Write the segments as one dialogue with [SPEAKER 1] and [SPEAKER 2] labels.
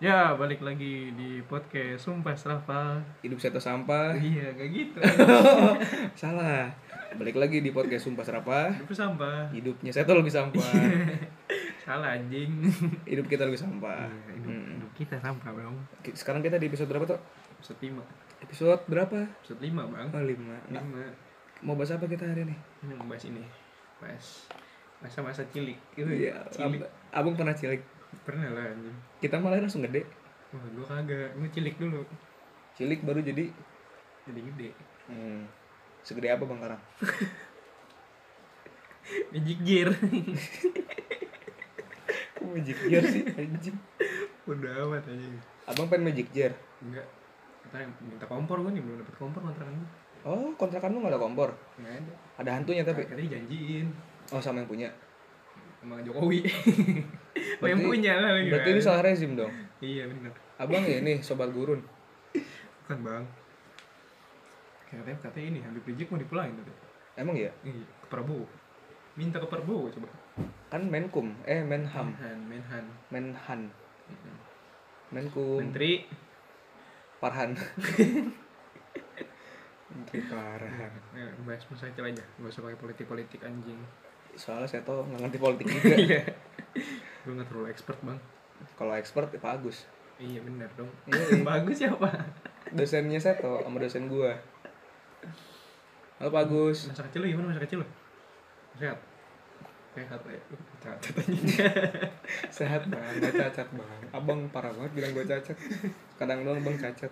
[SPEAKER 1] Ya, balik lagi di podcast Sumpah Serapa.
[SPEAKER 2] hidup satu sampah
[SPEAKER 1] Iya, kayak gitu.
[SPEAKER 2] salah balik lagi di podcast sumpah serapah
[SPEAKER 1] Itu sampah.
[SPEAKER 2] hidupnya satu lebih sampah
[SPEAKER 1] Salah anjing.
[SPEAKER 2] hidup kita lebih sampah
[SPEAKER 1] Iya, hidup,
[SPEAKER 2] Mm.
[SPEAKER 1] hidup kita sampah, Bang.
[SPEAKER 2] Ki- sekarang kita di episode berapa tuh
[SPEAKER 1] Episode 5.
[SPEAKER 2] episode berapa
[SPEAKER 1] Episode 5, Bang.
[SPEAKER 2] oh lima Nah,
[SPEAKER 1] 5.
[SPEAKER 2] mau bahas apa kita hari ini
[SPEAKER 1] Ini bahas ini. Bahas masa-masa cilik gitu
[SPEAKER 2] Iya,
[SPEAKER 1] Cilik.
[SPEAKER 2] ab- abang pernah cilik
[SPEAKER 1] Pernah lah anjing.
[SPEAKER 2] kita malah langsung gede
[SPEAKER 1] Wah, gua kagak. Gua cilik dulu.
[SPEAKER 2] cilik baru jadi
[SPEAKER 1] Jadi gede.
[SPEAKER 2] hmm, segede apa bang karang
[SPEAKER 1] Magic gear.
[SPEAKER 2] Kok magic jar Iya sih anjing
[SPEAKER 1] Udah amat anjing.
[SPEAKER 2] abang pengen magic jar
[SPEAKER 1] Enggak. Ntar yang minta kompor gua nih belum dapet kompor kontrakan gua.
[SPEAKER 2] oh kontrakan lu gak ada kompor
[SPEAKER 1] Enggak ada.
[SPEAKER 2] ada hantunya tapi
[SPEAKER 1] Katanya dijanjiin
[SPEAKER 2] oh sama yang punya
[SPEAKER 1] sama Jokowi. oh yang
[SPEAKER 2] Berarti-
[SPEAKER 1] punya lah lagi.
[SPEAKER 2] berarti
[SPEAKER 1] kan.
[SPEAKER 2] ini salah rezim dong
[SPEAKER 1] Iya benar.
[SPEAKER 2] abang ya ini sobat gurun
[SPEAKER 1] Bukan bang. Katanya katanya ini Habib Rizik mau dipulangin tadi.
[SPEAKER 2] emang ya
[SPEAKER 1] Iya ke Prabowo. Minta ke Prabowo coba.
[SPEAKER 2] kan Menkum eh Menham
[SPEAKER 1] Menhan, Menhan.
[SPEAKER 2] Menhan
[SPEAKER 1] Mm-mm.
[SPEAKER 2] Menkum
[SPEAKER 1] Menteri.
[SPEAKER 2] Parhan Menteri Parhan
[SPEAKER 1] Eh, bahas masalah itu aja. Gak usah pakai politik-politik anjing.
[SPEAKER 2] soalnya saya tuh nggak ngerti politik juga
[SPEAKER 1] Iya. Gue nggak terlalu expert bang.
[SPEAKER 2] kalau expert ya Pak Agus
[SPEAKER 1] Iya benar dong.
[SPEAKER 2] Iya.
[SPEAKER 1] Bagus ya, siapa?
[SPEAKER 2] dosennya saya tuh sama dosen gua halo Pak Agus
[SPEAKER 1] Masa kecil lu gimana masa kecil lu? Sehat. Sehat ya. Catat aja.
[SPEAKER 2] sehat bang nggak cacat bang abang parah banget bilang gua cacat kadang doang bang cacat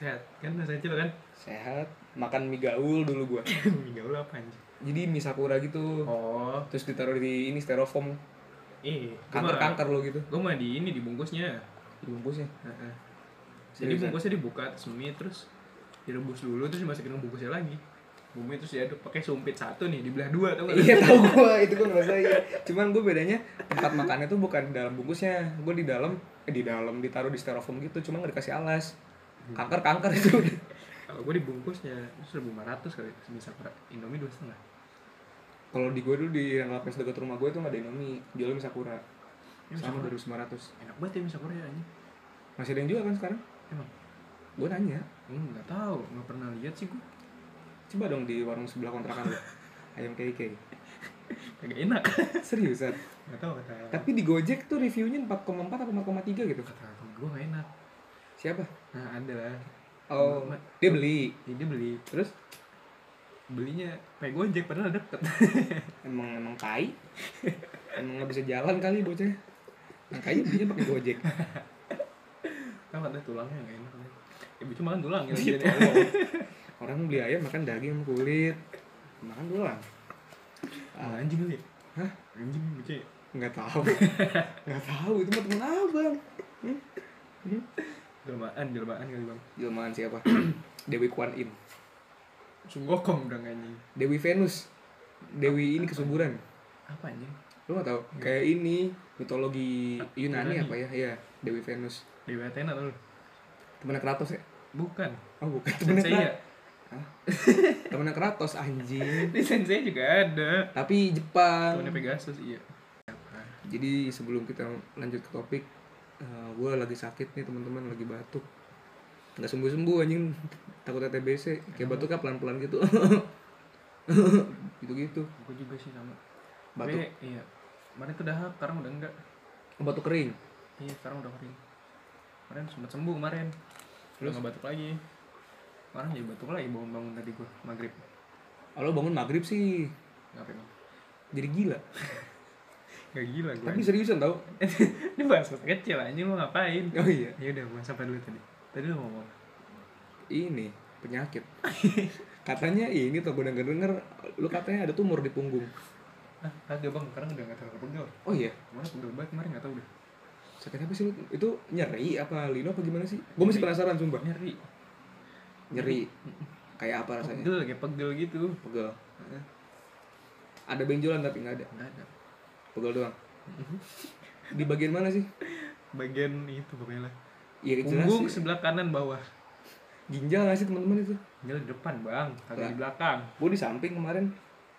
[SPEAKER 1] Sehat. Kan masa kecil kan?
[SPEAKER 2] sehat makan mie gaul dulu gua
[SPEAKER 1] Mie gaul apa anjing?
[SPEAKER 2] jadi mie sakura gitu
[SPEAKER 1] Oh,
[SPEAKER 2] terus ditaruh di ini styrofoam
[SPEAKER 1] eh,
[SPEAKER 2] kanker kanker lo gitu
[SPEAKER 1] Gue mah di ini dibungkusnya.
[SPEAKER 2] dibungkusnya
[SPEAKER 1] Heeh. Jadi
[SPEAKER 2] Seriusan?
[SPEAKER 1] bungkusnya dibuka, semi terus direbus dulu terus dimasukin ke bungkusnya lagi. Bumbunya terus diaduk pakai sumpit satu nih, dibelah dua tau gak?
[SPEAKER 2] iya tahu gua itu gua ngerasain cuman gua bedanya tempat makannya tuh bukan di dalam bungkusnya gua di dalam eh, di dalam ditaruh di styrofoam gitu cuma nggak dikasih alas kanker kanker itu
[SPEAKER 1] Kalau gue dibungkusnya seribu lima ratus kali semisal per Indomie dua setengah.
[SPEAKER 2] kalau di gua dulu di yang lapis dekat rumah gua itu nggak ada indomie jual mie sakura
[SPEAKER 1] Ya, mie
[SPEAKER 2] sama
[SPEAKER 1] sakura.
[SPEAKER 2] dari sembilan ratus
[SPEAKER 1] Enak banget ya misal Korea ini.
[SPEAKER 2] masih ada yang jual kan sekarang
[SPEAKER 1] Emang?
[SPEAKER 2] gua nanya
[SPEAKER 1] Hmm, nggak tahu, nggak pernah lihat sih gue.
[SPEAKER 2] coba dong di warung sebelah kontrakan lu ayam KK
[SPEAKER 1] Kagak enak.
[SPEAKER 2] seriusan
[SPEAKER 1] Nggak tahu kata.
[SPEAKER 2] tapi di Gojek tuh reviewnya 4,4 atau 4,3 gitu
[SPEAKER 1] Kata temen gue nggak enak.
[SPEAKER 2] siapa
[SPEAKER 1] Nah ada lah.
[SPEAKER 2] oh dia beli
[SPEAKER 1] Jadi dia beli
[SPEAKER 2] terus
[SPEAKER 1] belinya pakai gojek padahal deket.
[SPEAKER 2] emang emang kai emang nggak bisa jalan kali bocah makanya dia pakai gojek
[SPEAKER 1] Kan ada tulangnya nggak enak. Ibu cuma makan tulang ya.
[SPEAKER 2] Iya,
[SPEAKER 1] jadinya.
[SPEAKER 2] tolong. orang beli ayam makan daging sama kulit makan doang
[SPEAKER 1] Ah, anjing kali ya?
[SPEAKER 2] Hah?
[SPEAKER 1] Anjing lucu ya?
[SPEAKER 2] nggak tahu nggak tahu itu mah temen abang
[SPEAKER 1] Jelmaan, jelmaan kali bang
[SPEAKER 2] jelmaan siapa Dewi Kwan Im
[SPEAKER 1] Sunggokom dong anjing
[SPEAKER 2] Dewi Venus Dewi ini kesuburan
[SPEAKER 1] Apa anjing?
[SPEAKER 2] lu nggak tahu kayak ini mitologi Yunani
[SPEAKER 1] Iya. Yunani.
[SPEAKER 2] apa ya ya Dewi Venus
[SPEAKER 1] Dewi Athena tuh
[SPEAKER 2] temennya Kratos ya
[SPEAKER 1] Bukan
[SPEAKER 2] oh bukan temennya
[SPEAKER 1] Sensei ya?
[SPEAKER 2] Kratos temennya Kratos anjing
[SPEAKER 1] Ini Sensei juga ada
[SPEAKER 2] tapi Jepang
[SPEAKER 1] Temennya Pegasus, iya Apa?
[SPEAKER 2] Jadi sebelum kita lanjut ke topik, gue lagi sakit nih teman-teman, lagi batuk. Nggak sembuh-sembuh anjing, takutnya TBC. Kayak batuknya pelan-pelan gitu. Gitu-gitu.
[SPEAKER 1] Aku juga sih sama
[SPEAKER 2] Batuk,
[SPEAKER 1] Tapi, Iya Kemarin tuh dahak, sekarang udah enggak
[SPEAKER 2] batuk kering.
[SPEAKER 1] Iya, sekarang udah kering Kemarin sempat sembuh kemarin Terus? Udah nggak batuk lagi Kemarin jadi batuk lagi bangun-bangun tadi gua Maghrib
[SPEAKER 2] Oh, lo bangun maghrib sih,
[SPEAKER 1] Ngapain bang?
[SPEAKER 2] jadi gila.
[SPEAKER 1] Gak gila gua
[SPEAKER 2] Tapi seriusan tau?
[SPEAKER 1] Ini bahasa kecil anjing, lu ngapain?
[SPEAKER 2] Oh iya,
[SPEAKER 1] Ya udah, gua sampai dulu tadi Tadi lu mau ngomong
[SPEAKER 2] ini penyakit. Katanya ini tuh gue denger denger, lu katanya ada tumor di punggung.
[SPEAKER 1] Ah, kagak bang, sekarang udah gak terlalu pegel
[SPEAKER 2] Oh iya,
[SPEAKER 1] Kemarin pegel banget, kemarin gak tau udah
[SPEAKER 2] sakit apa sih? lu? Itu nyeri apa lino apa gimana sih? Gue masih penasaran sumpah.
[SPEAKER 1] Nyeri
[SPEAKER 2] Nyeri, kayak apa rasanya?
[SPEAKER 1] Pegel, kayak pegel gitu
[SPEAKER 2] pegel ada benjolan tapi nggak ada Mhm.
[SPEAKER 1] Gak ada
[SPEAKER 2] pegel doang di bagian mana sih
[SPEAKER 1] Bagian itu pokoknya lah
[SPEAKER 2] iya jelas
[SPEAKER 1] Punggung
[SPEAKER 2] sih.
[SPEAKER 1] sebelah kanan bawah
[SPEAKER 2] ginjal nggak sih teman-teman itu
[SPEAKER 1] Ginjal di depan bang, kagak
[SPEAKER 2] Lah.
[SPEAKER 1] di belakang
[SPEAKER 2] gue di samping kemarin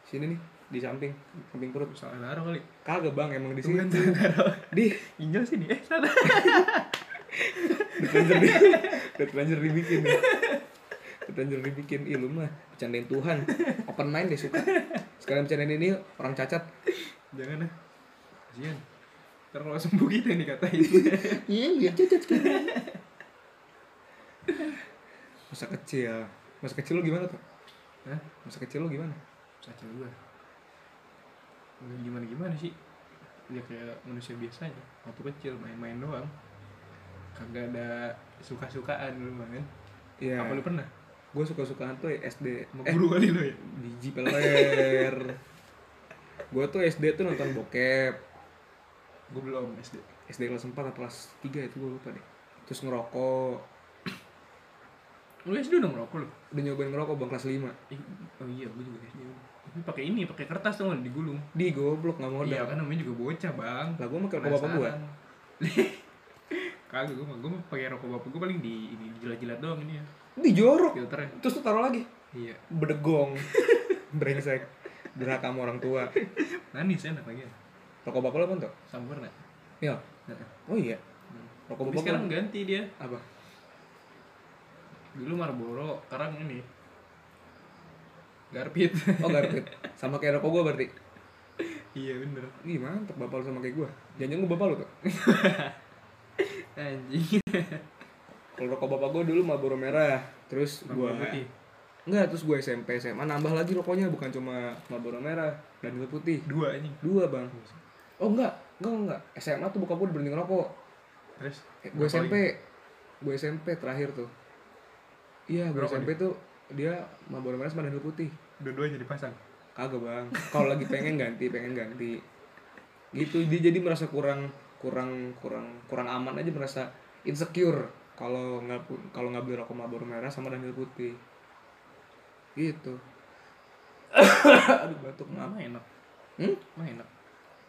[SPEAKER 2] sini nih di samping samping perut
[SPEAKER 1] Salah naruh kali.
[SPEAKER 2] kagak bang emang di sini
[SPEAKER 1] Bukan salah naruh.
[SPEAKER 2] di
[SPEAKER 1] Ginjal sini. Eh, salah.
[SPEAKER 2] udah terlanjur di udah terlanjur dibikin ya. udah terlanjur dibikin Ih, lu mah bercandain Tuhan open mind deh suka sekarang bercandain ini yuk, orang cacat
[SPEAKER 1] Jangan ah. Kasihan. Ntar kalau sembuh kita yang dikatain.
[SPEAKER 2] iya lihat cacat sekarang masa kecil masa kecil lu gimana tuh
[SPEAKER 1] Hah?
[SPEAKER 2] masa kecil lu gimana
[SPEAKER 1] Saja gua. Nggak gimana-gimana sih. Ya kayak manusia biasa aja. Waktu kecil main-main doang. Kagak ada suka-sukaan lu kan.
[SPEAKER 2] Iya,
[SPEAKER 1] Apa lu pernah?
[SPEAKER 2] gue suka-sukaan tuh SD.
[SPEAKER 1] Sama
[SPEAKER 2] Eh,
[SPEAKER 1] guru kali lu ya?
[SPEAKER 2] biji peler. gue tuh SD tuh nonton bokep.
[SPEAKER 1] Gua belum SD.
[SPEAKER 2] SD kelas 4 atau kelas 3 itu gue lupa deh. Terus ngerokok.
[SPEAKER 1] Lu SD udah ngerokok lu?
[SPEAKER 2] Udah nyobain ngerokok bang kelas 5.
[SPEAKER 1] Ih, oh iya, gua juga SD. Tapi pakai ini, pakai kertas tuh kan digulung.
[SPEAKER 2] Di goblok gak modal.
[SPEAKER 1] Iya kan namanya juga bocah, Bang.
[SPEAKER 2] Oh, Lah gue mau ke rokok bapak gue.
[SPEAKER 1] Penasaran. Kagak gue mah, gue mah pakai rokok bapak gue paling di ini jilat-jilat doang ini ya.
[SPEAKER 2] Dijorok.
[SPEAKER 1] Filternya.
[SPEAKER 2] Terus tuh taruh lagi.
[SPEAKER 1] Iya.
[SPEAKER 2] Bedegong. Brengsek. Deraka sama orang tua.
[SPEAKER 1] Manis enak lagi ya.
[SPEAKER 2] Rokok bapak lo apa tuh?
[SPEAKER 1] Sempurna.
[SPEAKER 2] Iya.
[SPEAKER 1] Heeh.
[SPEAKER 2] Oh iya.
[SPEAKER 1] Tapi
[SPEAKER 2] Rokok bapak
[SPEAKER 1] sekarang
[SPEAKER 2] lo
[SPEAKER 1] kan ganti dia.
[SPEAKER 2] apa?
[SPEAKER 1] Dulu Marlboro, sekarang ini Garpit.
[SPEAKER 2] Oh garpit. Sama kayak rokok gue berarti.
[SPEAKER 1] iya bener.
[SPEAKER 2] Ih mantep bapak lo sama kayak gue. Jangan gue bapak lo tuh.
[SPEAKER 1] Anjing.
[SPEAKER 2] Kalau rokok bapak gue dulu Marlboro merah, terus gue
[SPEAKER 1] Marlboro putih.
[SPEAKER 2] enggak terus gue SMP SMA nambah lagi rokoknya bukan cuma Marlboro merah dan juga putih
[SPEAKER 1] Dua anjing.
[SPEAKER 2] dua bang. Oh enggak enggak enggak SMA tuh bokap gue udah berhenti ngerokok.
[SPEAKER 1] Terus
[SPEAKER 2] Eh, gue
[SPEAKER 1] berapa
[SPEAKER 2] SMP
[SPEAKER 1] lagi?
[SPEAKER 2] gue SMP terakhir tuh. Iya gue
[SPEAKER 1] Ngerokok
[SPEAKER 2] SMP tuh dia Marlboro merah sama dan putih.
[SPEAKER 1] Dua-duanya dipasang.
[SPEAKER 2] Kagak bang. Kalau lagi pengen ganti pengen ganti. Gitu dia jadi merasa kurang kurang kurang kurang aman aja merasa insecure kalau nggak pu- kalau nggak beli rokok Marlboro merah sama Daniel putih. Gitu. Aduh batuk maaf.
[SPEAKER 1] Mama enak.
[SPEAKER 2] Hmm?
[SPEAKER 1] Mama enak.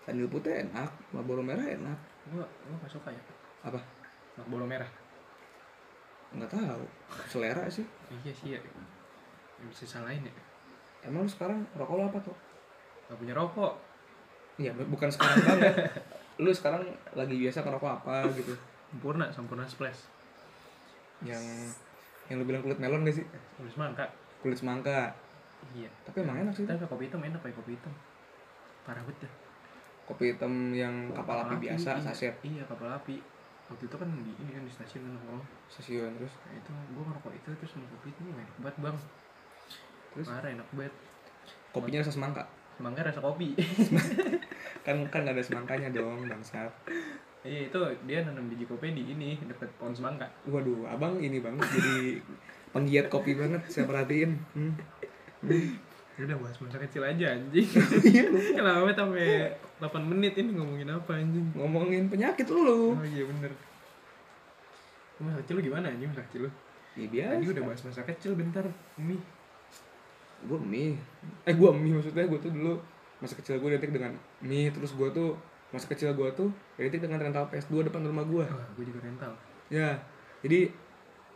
[SPEAKER 2] Daniel putih enak, Marlboro merah enak.
[SPEAKER 1] Gua gua gak suka ya.
[SPEAKER 2] Apa?
[SPEAKER 1] Marlboro merah.
[SPEAKER 2] Nggak tahu. Selera sih.
[SPEAKER 1] Iya sih ya. Ya bisa salahin ya.
[SPEAKER 2] Emang lu sekarang rokok lu apa tuh?
[SPEAKER 1] Gak punya rokok.
[SPEAKER 2] Iya, bu- bukan sekarang banget. Lu sekarang lagi biasa ngerokok apa gitu?
[SPEAKER 1] Sempurna, sempurna splash.
[SPEAKER 2] Yang yang lu bilang kulit melon gak sih?
[SPEAKER 1] Tulis mangka.
[SPEAKER 2] Kulit semangka.
[SPEAKER 1] Iya.
[SPEAKER 2] Tapi emang enak sih.
[SPEAKER 1] Tapi kopi hitam enak pakai kopi hitam. Parah banget dah.
[SPEAKER 2] kopi hitam yang kapal api biasa
[SPEAKER 1] iya.
[SPEAKER 2] saset
[SPEAKER 1] Iya, kapal api. Waktu itu kan di ini kan di stasiun kan nongkrong.
[SPEAKER 2] stasiun terus
[SPEAKER 1] Nah, itu gua ngerokok itu terus minum kopi itu enak banget, Bang.
[SPEAKER 2] Terus?
[SPEAKER 1] parah enak banget.
[SPEAKER 2] kopinya rasa semangka
[SPEAKER 1] Semangka rasa kopi.
[SPEAKER 2] kan kan nggak ada semangkanya dong bangsat
[SPEAKER 1] Iya, itu dia nanam biji kopi di ini deket pohon semangka.
[SPEAKER 2] waduh abang ini banget jadi penggiat kopi banget saya perhatiin hmm.
[SPEAKER 1] Ya Udah bahas masa kecil aja anjing. Iya, Kenapa sampai 8 menit ini ngomongin apa anjing?
[SPEAKER 2] ngomongin penyakit lu
[SPEAKER 1] Oh iya bener Lu Masa kecil lu gimana anjing masa kecil lu?
[SPEAKER 2] ya
[SPEAKER 1] Tadi
[SPEAKER 2] biasa
[SPEAKER 1] udah bahas masa kecil bentar Umi
[SPEAKER 2] gue mie eh gue mie maksudnya gue tuh dulu masa kecil gue identik dengan mie terus gue tuh masa kecil gue tuh identik dengan rental PS2 depan rumah gue
[SPEAKER 1] Wah gue juga rental
[SPEAKER 2] ya jadi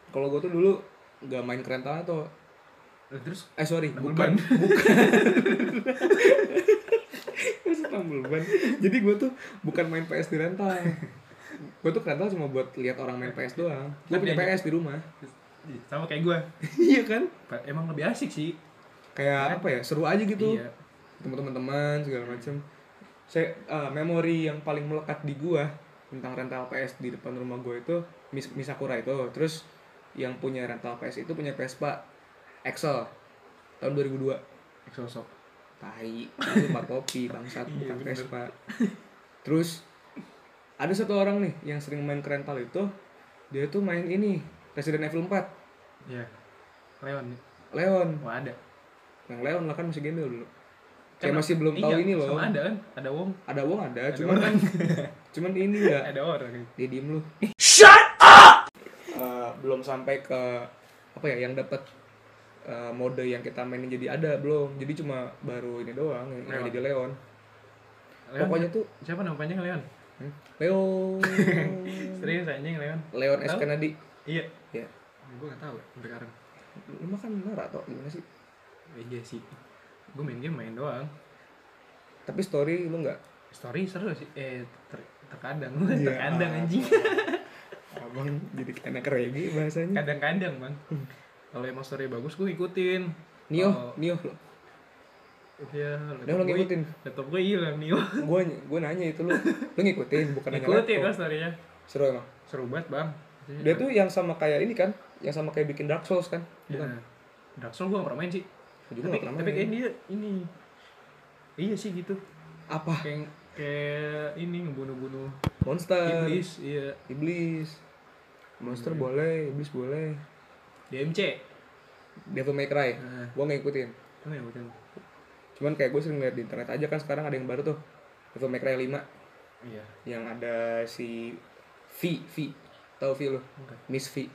[SPEAKER 2] kalau gue tuh dulu nggak main ke rentalnya tuh
[SPEAKER 1] Eh, Terus
[SPEAKER 2] Eh sorry,
[SPEAKER 1] Tambal ban.
[SPEAKER 2] bukan. Bukan. Maksud tambal ban. Jadi gue tuh bukan main PS di rental. Gue tuh ke rental cuma buat lihat orang main PS doang. Gue punya
[SPEAKER 1] Tapi
[SPEAKER 2] PS di rumah.
[SPEAKER 1] ih, sama kayak gue
[SPEAKER 2] iya kan?
[SPEAKER 1] Pa- Emang lebih asik sih
[SPEAKER 2] Kayak apa ya? Seru aja gitu.
[SPEAKER 1] Iya
[SPEAKER 2] Ketemu teman-teman segala macem. Saya eh, memori yang paling melekat di gua tentang rental PS di depan rumah gue itu Mis Misakura itu. Terus yang punya rental PS itu punya Vespa Excel tahun 2002.
[SPEAKER 1] Exosok
[SPEAKER 2] tai itu mah kopi bangsat
[SPEAKER 1] Iya,
[SPEAKER 2] bukan
[SPEAKER 1] bener.
[SPEAKER 2] Vespa terus ada satu orang nih yang sering main ke rental itu dia tuh main ini Resident Evil 4
[SPEAKER 1] Iya Leon
[SPEAKER 2] Leon
[SPEAKER 1] Wah ada
[SPEAKER 2] yang Leon lah kan masih gembel dulu kayak
[SPEAKER 1] Kan-
[SPEAKER 2] masih belum tahu
[SPEAKER 1] iya,
[SPEAKER 2] ini loh
[SPEAKER 1] Sama ada kan Ada Wong
[SPEAKER 2] ada Wong ada,
[SPEAKER 1] Ada
[SPEAKER 2] cuman kan
[SPEAKER 1] orang
[SPEAKER 2] cuman ini ya
[SPEAKER 1] Ada orang
[SPEAKER 2] dia diem lu shut up belum sampai ke apa ya yang dapat eh, mode yang kita mainin jadi ada belum jadi cuma baru ini doang yang,
[SPEAKER 1] Leon.
[SPEAKER 2] yang jadi Leon
[SPEAKER 1] Leon ya?
[SPEAKER 2] pokoknya tuh
[SPEAKER 1] Siapa nama panjang Leon?
[SPEAKER 2] Hmm? Leon
[SPEAKER 1] Serius anjing Leon
[SPEAKER 2] Leon S.
[SPEAKER 1] Tahu?
[SPEAKER 2] Kennedy
[SPEAKER 1] Iya
[SPEAKER 2] ya
[SPEAKER 1] Gue gak tau sampai sekarang
[SPEAKER 2] lu makan merah atau gimana sih
[SPEAKER 1] Eh, Iya sih Gue main game main doang
[SPEAKER 2] tapi story lu nggak
[SPEAKER 1] story seru sih eh ter- terkadang
[SPEAKER 2] Iya.
[SPEAKER 1] terkadang anjing
[SPEAKER 2] abang jadi anak regi bahasanya
[SPEAKER 1] kadang-kadang bang kalau emang story bagus gue ikutin
[SPEAKER 2] Nio
[SPEAKER 1] Kalau-
[SPEAKER 2] Nio lo
[SPEAKER 1] ya laptop
[SPEAKER 2] udah lo
[SPEAKER 1] gue
[SPEAKER 2] ngikutin
[SPEAKER 1] laptop gue hilang nih Bang.
[SPEAKER 2] gue gue nanya itu lu lu ngikutin bukan nanya
[SPEAKER 1] ikutin kan
[SPEAKER 2] laptop.
[SPEAKER 1] storynya
[SPEAKER 2] seru emang
[SPEAKER 1] seru banget bang
[SPEAKER 2] dia tuh yang sama kayak ini kan yang sama kayak bikin Dark Souls kan
[SPEAKER 1] bukan
[SPEAKER 2] bukan
[SPEAKER 1] Iya. Dark Souls gue gak pernah main sih
[SPEAKER 2] Gua juga
[SPEAKER 1] tapi
[SPEAKER 2] nggak pernah
[SPEAKER 1] tapi
[SPEAKER 2] main.
[SPEAKER 1] kayaknya dia ini iya sih gitu
[SPEAKER 2] apa
[SPEAKER 1] kayak kayak ini ngebunuh-bunuh
[SPEAKER 2] monster iblis, Iya.
[SPEAKER 1] iblis iya
[SPEAKER 2] monster boleh iblis boleh
[SPEAKER 1] DMC
[SPEAKER 2] Devil May Cry
[SPEAKER 1] nah,
[SPEAKER 2] gue nggak ikutin
[SPEAKER 1] itu ngikutin
[SPEAKER 2] cuman kayak gue sering lihat di internet aja kan sekarang ada yang baru tuh Devil May Cry 5
[SPEAKER 1] iya
[SPEAKER 2] yang ada si V V tau V lo
[SPEAKER 1] enggak
[SPEAKER 2] Miss V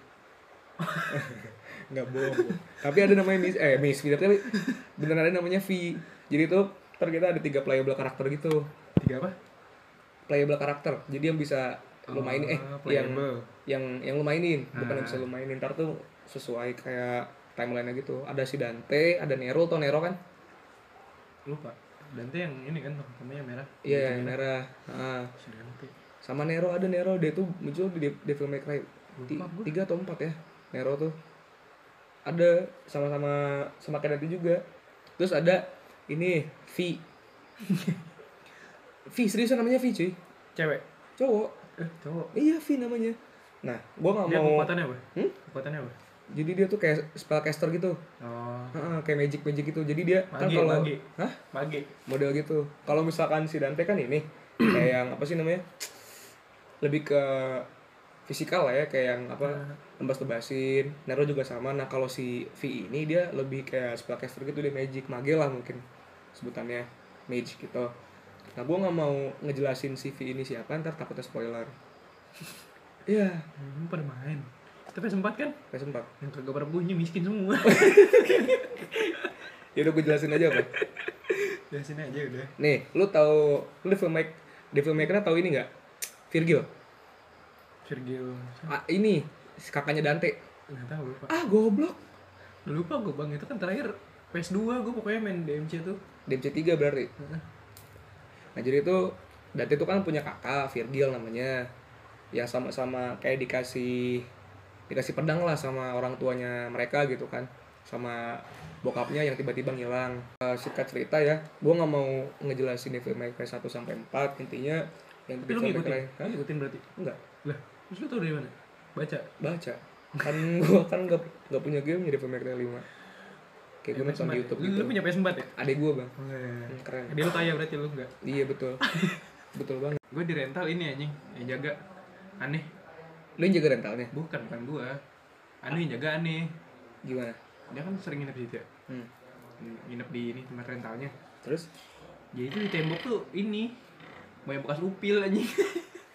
[SPEAKER 2] nggak bohong gua. tapi ada namanya Miss eh Miss V tapi beneran ada namanya V jadi tuh ntar kita ada tiga playable karakter gitu
[SPEAKER 1] tiga apa
[SPEAKER 2] playable karakter jadi yang bisa lo mainin eh
[SPEAKER 1] Ah,
[SPEAKER 2] yang
[SPEAKER 1] playable.
[SPEAKER 2] yang yang lo mainin bukan yang
[SPEAKER 1] Ah.
[SPEAKER 2] bisa lo mainin ntar tuh sesuai kayak timeline-nya gitu ada si Dante ada Nero atau Nero kan
[SPEAKER 1] lupa Dante yang ini kan namanya merah
[SPEAKER 2] iya yang merah Ah.
[SPEAKER 1] Si Dante
[SPEAKER 2] sama Nero ada Nero dia tuh muncul di De- Devil May Cry ti-
[SPEAKER 1] Lupa gua.
[SPEAKER 2] tiga atau empat ya Nero tuh ada sama-sama sama kayak Dante juga terus ada ini V V seriusan namanya V cuy
[SPEAKER 1] cewek
[SPEAKER 2] cowok
[SPEAKER 1] eh cowok
[SPEAKER 2] iya V namanya nah gua nggak
[SPEAKER 1] dia
[SPEAKER 2] mau
[SPEAKER 1] kekuatannya apa
[SPEAKER 2] Hmm?
[SPEAKER 1] kekuatannya apa
[SPEAKER 2] jadi dia tuh kayak spellcaster gitu
[SPEAKER 1] oh
[SPEAKER 2] Heeh, kayak magic magic gitu jadi dia kan
[SPEAKER 1] Mage,
[SPEAKER 2] kalau
[SPEAKER 1] mage.
[SPEAKER 2] Hah?
[SPEAKER 1] mage
[SPEAKER 2] model gitu kalau misalkan si Dante kan ini kayak yang apa sih namanya lebih ke fisikal lah ya kayak yang apa tebas-tebasin Nero juga sama nah kalau si V ini dia lebih kayak spellcaster gitu dia magic mage lah mungkin sebutannya mage gitu nah gue nggak mau ngejelasin si V ini siapa ntar takutnya spoiler iya
[SPEAKER 1] hmm, pada main tapi sempat kan
[SPEAKER 2] kayak sempat
[SPEAKER 1] yang kagak berbunyi miskin semua
[SPEAKER 2] ya udah gue jelasin aja apa
[SPEAKER 1] ya sini aja udah
[SPEAKER 2] nih lu tahu lu Devil May Devil May Cry tahu ini nggak Virgil
[SPEAKER 1] Sergio
[SPEAKER 2] ah, ini si kakaknya Dante
[SPEAKER 1] nggak tahu lupa
[SPEAKER 2] ah goblok
[SPEAKER 1] lupa gue bang itu kan terakhir PS2 gue pokoknya main DMC tuh
[SPEAKER 2] DMC 3 berarti
[SPEAKER 1] Heeh.
[SPEAKER 2] nah jadi itu Dante itu kan punya kakak Virgil namanya yang sama-sama kayak dikasih dikasih pedang lah sama orang tuanya mereka gitu kan sama bokapnya yang tiba-tiba ngilang Eh, singkat cerita ya gue nggak mau ngejelasin Devil May Cry 1 sampai 4 intinya yang
[SPEAKER 1] tapi lu
[SPEAKER 2] Devil May
[SPEAKER 1] ngikutin
[SPEAKER 2] Cry
[SPEAKER 1] lu
[SPEAKER 2] Hah?
[SPEAKER 1] ngikutin berarti
[SPEAKER 2] enggak
[SPEAKER 1] lah terus lu tau dari mana baca
[SPEAKER 2] baca kan gue kan nggak nggak punya game jadi Devil May Cry 5 kayak gue nonton
[SPEAKER 1] PS4
[SPEAKER 2] di
[SPEAKER 1] ya?
[SPEAKER 2] YouTube
[SPEAKER 1] Lu-
[SPEAKER 2] gitu
[SPEAKER 1] lu punya PS4 ya
[SPEAKER 2] adek gue bang
[SPEAKER 1] Oh, iya, iya.
[SPEAKER 2] Hmm, keren
[SPEAKER 1] Jadi lu kaya berarti lu enggak
[SPEAKER 2] Iya betul. betul banget.
[SPEAKER 1] gue di rental ini anjing yang jaga aneh
[SPEAKER 2] Lu yang jaga rentalnya.
[SPEAKER 1] bukan bukan gue aneh yang jaga aneh
[SPEAKER 2] Gimana?
[SPEAKER 1] dia kan sering nginep di situ ya
[SPEAKER 2] Hmm.
[SPEAKER 1] nginep di ini tempat rentalnya
[SPEAKER 2] Terus
[SPEAKER 1] jadi itu di tembok tuh ini mau yang bekas upil anjing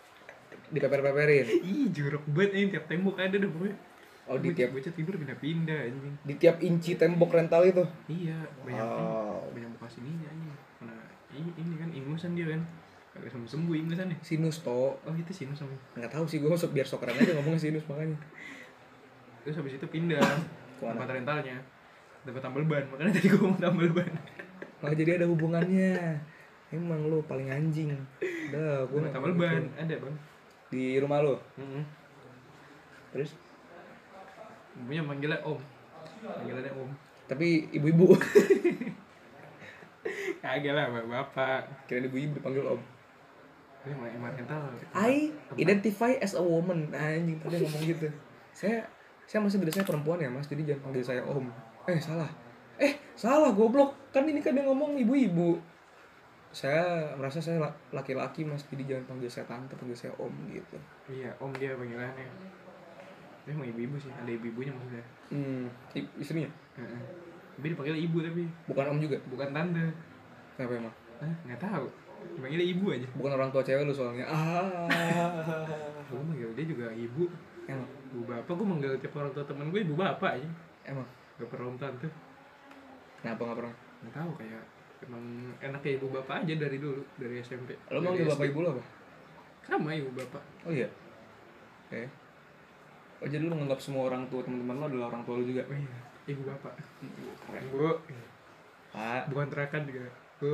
[SPEAKER 2] dipeper-peperin.
[SPEAKER 1] ih jorok banget ini tiap tembok ada deh pokoknya
[SPEAKER 2] Oh, di tiap
[SPEAKER 1] bocah tidur pindah-pindah anjing
[SPEAKER 2] di tiap inci tembok rental itu.
[SPEAKER 1] iya banyak ini,
[SPEAKER 2] Wow.
[SPEAKER 1] banyak bekas ininya anjing karena ini, ini kan ingusan dia kan agak sembuh sembuh ingusan nih
[SPEAKER 2] Sinus to.
[SPEAKER 1] oh itu sih sama
[SPEAKER 2] Enggak tahu sih gua masuk biar sok keren aja ngomongnya sinus makanya.
[SPEAKER 1] terus habis itu pindah
[SPEAKER 2] Kemana?
[SPEAKER 1] tempat rentalnya dapat tambal ban makanya tadi gua mau tambal ban
[SPEAKER 2] Malah jadi ada hubungannya. Emang lu paling anjing. Udah, gua
[SPEAKER 1] dapat
[SPEAKER 2] nggak
[SPEAKER 1] tambal
[SPEAKER 2] mau
[SPEAKER 1] ban
[SPEAKER 2] gitu.
[SPEAKER 1] ada bang
[SPEAKER 2] Di rumah lu.
[SPEAKER 1] Mm-mm.
[SPEAKER 2] Terus
[SPEAKER 1] Ibunya manggilnya om Panggilannya om
[SPEAKER 2] tapi ibu-ibu
[SPEAKER 1] Kagak lah bapak-bapak
[SPEAKER 2] kira ibu-ibu dipanggil om.
[SPEAKER 1] Ini emang emang rental
[SPEAKER 2] I identify as a woman. Anjing tadi ngomong gitu. Saya saya masih diri saya perempuan ya, Mas. Jadi jangan panggil saya om. Eh, salah. Eh, salah goblok. Kan ini kan dia ngomong ibu-ibu. Saya merasa saya la- laki-laki, Mas. Jadi jangan panggil saya tante, panggil saya om gitu.
[SPEAKER 1] Iya om dia panggilannya Dia emang ibu-ibu sih Ada ibu-ibunya maksudnya
[SPEAKER 2] Hmm, i- istrinya
[SPEAKER 1] Heeh. Tapi dipanggil ibu tapi
[SPEAKER 2] bukan om juga.
[SPEAKER 1] Bukan tante
[SPEAKER 2] Kenapa emang?
[SPEAKER 1] Hah? Nggak tahu Dipanggilnya ibu aja
[SPEAKER 2] Bukan orang tua cewek lu soalnya. Ah.
[SPEAKER 1] Gue manggil dia ya juga ibu
[SPEAKER 2] emang
[SPEAKER 1] Ibu bapak Gue manggil tiap orang tua temen gue ibu bapak aja
[SPEAKER 2] emang
[SPEAKER 1] Gak pernah om tante
[SPEAKER 2] kenapa nggak pernah?
[SPEAKER 1] Nggak tahu kayak Emang enaknya ibu bapak aja dari dulu Dari SMP
[SPEAKER 2] Lo
[SPEAKER 1] Dari
[SPEAKER 2] manggil
[SPEAKER 1] SD.
[SPEAKER 2] bapak ibu lo apa?
[SPEAKER 1] Sama ibu bapak
[SPEAKER 2] Oh iya. Oke. Oh jadi lu menganggap semua orang tua teman-teman lo adalah orang tua lu juga.
[SPEAKER 1] Oh iya Ibu bapak
[SPEAKER 2] Keren.
[SPEAKER 1] Bu
[SPEAKER 2] Pak,
[SPEAKER 1] bukan terakan juga Bu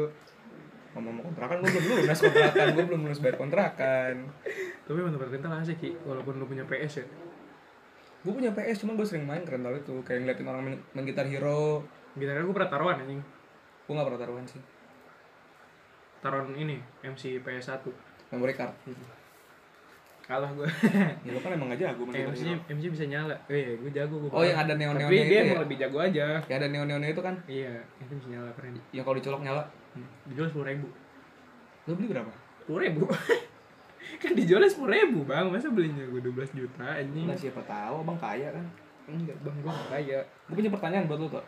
[SPEAKER 2] ngomong kontrakan gue belum lunas kontrakan gue belum lunas bayar kontrakan
[SPEAKER 1] tapi emang tempat rental asik sih walaupun lu punya PS ya
[SPEAKER 2] gue punya PS cuma gue sering main ke rental itu kayak ngeliatin orang main, main gitar hero
[SPEAKER 1] gitarnya gue pernah taruhan anjing
[SPEAKER 2] gue gak pernah taruhan sih
[SPEAKER 1] taruhan ini MC PS1
[SPEAKER 2] memory card
[SPEAKER 1] kalah gue
[SPEAKER 2] ya lo kan emang gak jago main gitar
[SPEAKER 1] MC nya
[SPEAKER 2] hero
[SPEAKER 1] MC bisa nyala eh gue jago gue
[SPEAKER 2] Oh, yang ada neon-neonnya
[SPEAKER 1] tapi dia
[SPEAKER 2] itu
[SPEAKER 1] emang
[SPEAKER 2] ya?
[SPEAKER 1] lebih jago aja
[SPEAKER 2] ya ada neon neonnya itu kan
[SPEAKER 1] iya MC bisa nyala keren
[SPEAKER 2] yang kalau dicolok nyala
[SPEAKER 1] dijual sepuluh ribu
[SPEAKER 2] lo beli berapa
[SPEAKER 1] sepuluh ribu kan dijualnya sepuluh ribu bang masa belinya gue 12 juta anjing
[SPEAKER 2] Nah, siapa tahu abang kaya kan
[SPEAKER 1] enggak bang gue gak kaya
[SPEAKER 2] gue punya pertanyaan buat lo tuh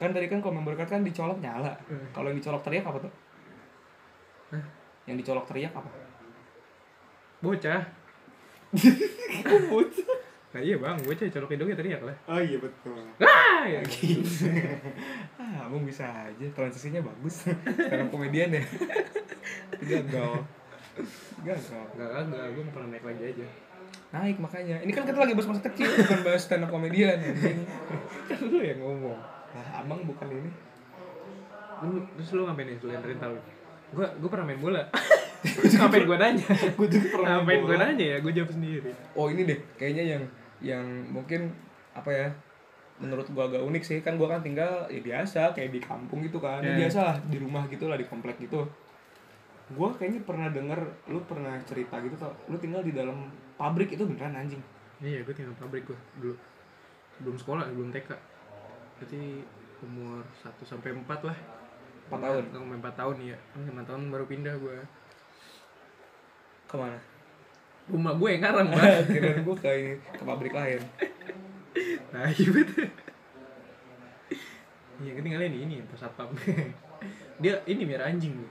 [SPEAKER 2] kan tadi kan kalau memory card kan dicolok nyala
[SPEAKER 1] Hmm.
[SPEAKER 2] kalau yang dicolok teriak apa tuh
[SPEAKER 1] Hah?
[SPEAKER 2] yang dicolok teriak apa
[SPEAKER 1] bocah
[SPEAKER 2] kubut
[SPEAKER 1] nah iya bang bocah colok hidungnya ya, teriak lah
[SPEAKER 2] oh iya betul
[SPEAKER 1] ah ya.
[SPEAKER 2] ah abang bisa aja transisinya bagus karena komedian ya gagal gagal
[SPEAKER 1] enggak enggak gue mau pernah naik lagi aja
[SPEAKER 2] naik makanya ini kan kita lagi bahas masa kecil bukan bahas stand up komedian anjing.
[SPEAKER 1] kan lu yang ngomong
[SPEAKER 2] nah, abang bukan ini
[SPEAKER 1] lu terus lu ngapain nih selain rental gue gue pernah main bola ngapain gue nanya
[SPEAKER 2] gue juga pernah main
[SPEAKER 1] ngapain gue
[SPEAKER 2] bola.
[SPEAKER 1] nanya ya gue jawab sendiri
[SPEAKER 2] oh ini deh kayaknya yang yang mungkin apa ya menurut gua agak unik sih kan gua kan tinggal ya biasa kayak di kampung gitu kan
[SPEAKER 1] Ya.
[SPEAKER 2] ya, biasa lah di rumah gitu lah di komplek gitu gua kayaknya pernah denger lu pernah cerita gitu tau lu tinggal di dalam pabrik itu beneran anjing
[SPEAKER 1] iya gue tinggal pabrik gue dulu belum sekolah belum TK berarti umur 1 sampai 4 lah
[SPEAKER 2] 4 tahun
[SPEAKER 1] Nggak, sampai 4 tahun ya 5 tahun baru pindah gue
[SPEAKER 2] kemana
[SPEAKER 1] rumah gue yang ngarang bang
[SPEAKER 2] kirain gua ke ini ke pabrik lain
[SPEAKER 1] nah iya betul iya ketinggalan di ini pas satpam dia ini biar anjing Bu.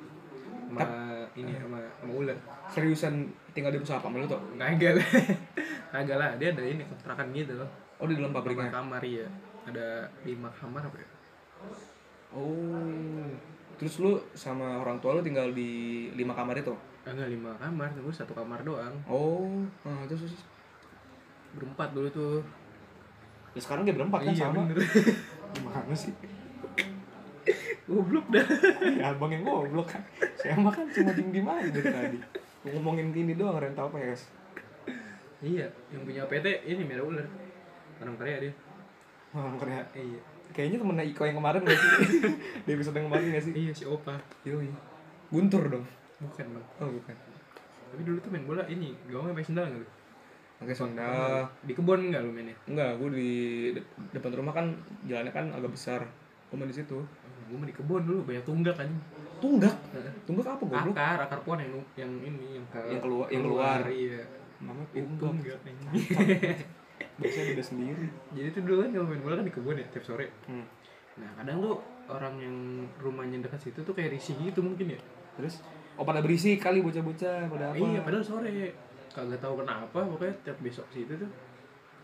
[SPEAKER 1] sama ini sama sama ular
[SPEAKER 2] seriusan tinggal di pusat apa lu tuh
[SPEAKER 1] kagak lah kagak lah dia ada ini kontrakan gitu loh
[SPEAKER 2] oh di dalam
[SPEAKER 1] lima
[SPEAKER 2] pabriknya
[SPEAKER 1] kamar ya ada lima kamar apa ya
[SPEAKER 2] oh terus lu sama orang tua lu tinggal di lima kamar itu
[SPEAKER 1] Ah, enggak lima kamar terus satu kamar doang
[SPEAKER 2] oh nah, terus, terus
[SPEAKER 1] berempat dulu tuh
[SPEAKER 2] Ya sekarang dia berempat kan
[SPEAKER 1] Iya,
[SPEAKER 2] sama.
[SPEAKER 1] bener
[SPEAKER 2] Gimana sih?
[SPEAKER 1] goblok dah
[SPEAKER 2] Ya abang yang goblok kan. Saya mah kan cuma diem diem aja dari tadi. Ngomongin ini doang rental PS.
[SPEAKER 1] iya yang punya PT ini merah ular orang Korea dia
[SPEAKER 2] Wah, keren.
[SPEAKER 1] Eh, iya
[SPEAKER 2] Kayaknya temennya Iko yang kemarin gak sih? Di episode yang kemarin gak sih?
[SPEAKER 1] iya si Opa
[SPEAKER 2] Yoi. Guntur dong.
[SPEAKER 1] bukan bang
[SPEAKER 2] Oh bukan.
[SPEAKER 1] tapi dulu tuh main bola ini gawangnya pakai sendal nggak lu?
[SPEAKER 2] Pakai sandal.
[SPEAKER 1] di kebun nggak lu mainnya
[SPEAKER 2] Enggak, gue di de- depan rumah kan jalannya kan agak besar. Gue main di situ.
[SPEAKER 1] Oh, gue main di kebun dulu banyak tunggak kan
[SPEAKER 2] Tunggak. Tunggak apa goblok?
[SPEAKER 1] akar akar pohon yang nu- yang ini yang, ke-
[SPEAKER 2] Yang keluar- yang keluar.
[SPEAKER 1] iya
[SPEAKER 2] Namanya
[SPEAKER 1] itu
[SPEAKER 2] tunggak.
[SPEAKER 1] tunggak anjing.
[SPEAKER 2] Biasanya beda sendiri.
[SPEAKER 1] jadi tuh dulu kan kalau main bola kan di kebun ya tiap sore
[SPEAKER 2] Hmm.
[SPEAKER 1] nah kadang tuh orang yang rumahnya dekat situ tuh kayak risih gitu mungkin ya
[SPEAKER 2] Terus Oh pada berisik kali bocah-bocah pada apa?
[SPEAKER 1] iya padahal sore kagak tahu kenapa pokoknya tiap besok situ tuh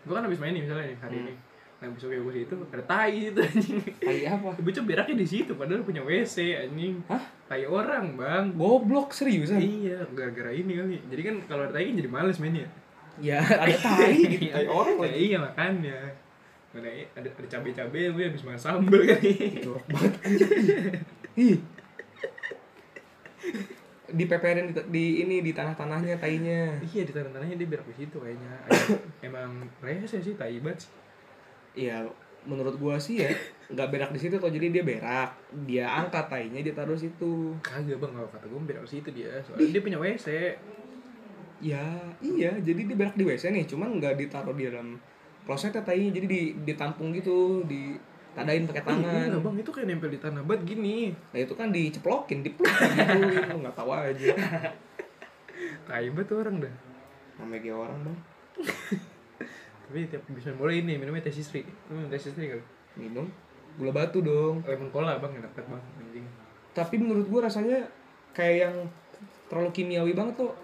[SPEAKER 1] gue kan habis main nih misalnya nih, hari
[SPEAKER 2] Hmm.
[SPEAKER 1] ini nah besoknya gue situ ada tai gitu anjing
[SPEAKER 2] Tai apa?
[SPEAKER 1] bocah beraknya di situ padahal punya wc anjing
[SPEAKER 2] Hah?
[SPEAKER 1] tai orang bang
[SPEAKER 2] Goblok seriusan?
[SPEAKER 1] iya gara-gara ini kali jadi kan kalau ada tai kan jadi males mainnya
[SPEAKER 2] Ya ada tai gitu tai
[SPEAKER 1] Ya,
[SPEAKER 2] orang lagi.
[SPEAKER 1] iya makanya mana ada ada cabe-cabe gue habis makan sambel kali
[SPEAKER 2] Jorok banget anjing. Ih. Dipeperin di, di ini di tanah-tanahnya tainya.
[SPEAKER 1] iya di tanah-tanahnya dia berak di situ kayaknya Ada- emang rese sih tai banget sih.
[SPEAKER 2] Iya, menurut gua sih ya nggak berak di situ tuh jadi dia berak. Dia angkat tainya dia taruh situ.
[SPEAKER 1] kagak bang kalau kata gue berak di situ dia soalnya dia punya wc
[SPEAKER 2] Ya, iya, jadi dia berak di WC nih, cuman nggak ditaruh di dalam klosetnya tainya. Jadi di ditampung gitu, ditadain pakai tangan.
[SPEAKER 1] Enggak bang, itu kayak nempel di tanah banget gini
[SPEAKER 2] Nah itu kan diceplokin, dipluk gitu, lu nggak tahu aja.
[SPEAKER 1] Tai banget tuh orang dah
[SPEAKER 2] Namanya kayak orang bang,
[SPEAKER 1] Tapi tiap bisa mulai ini, minumnya teh sisri Minum teh sisri kali
[SPEAKER 2] minum gula batu dong.
[SPEAKER 1] Lemon cola bang, enak banget bang anjing.
[SPEAKER 2] Tapi menurut gua rasanya kayak yang terlalu kimiawi banget tuh.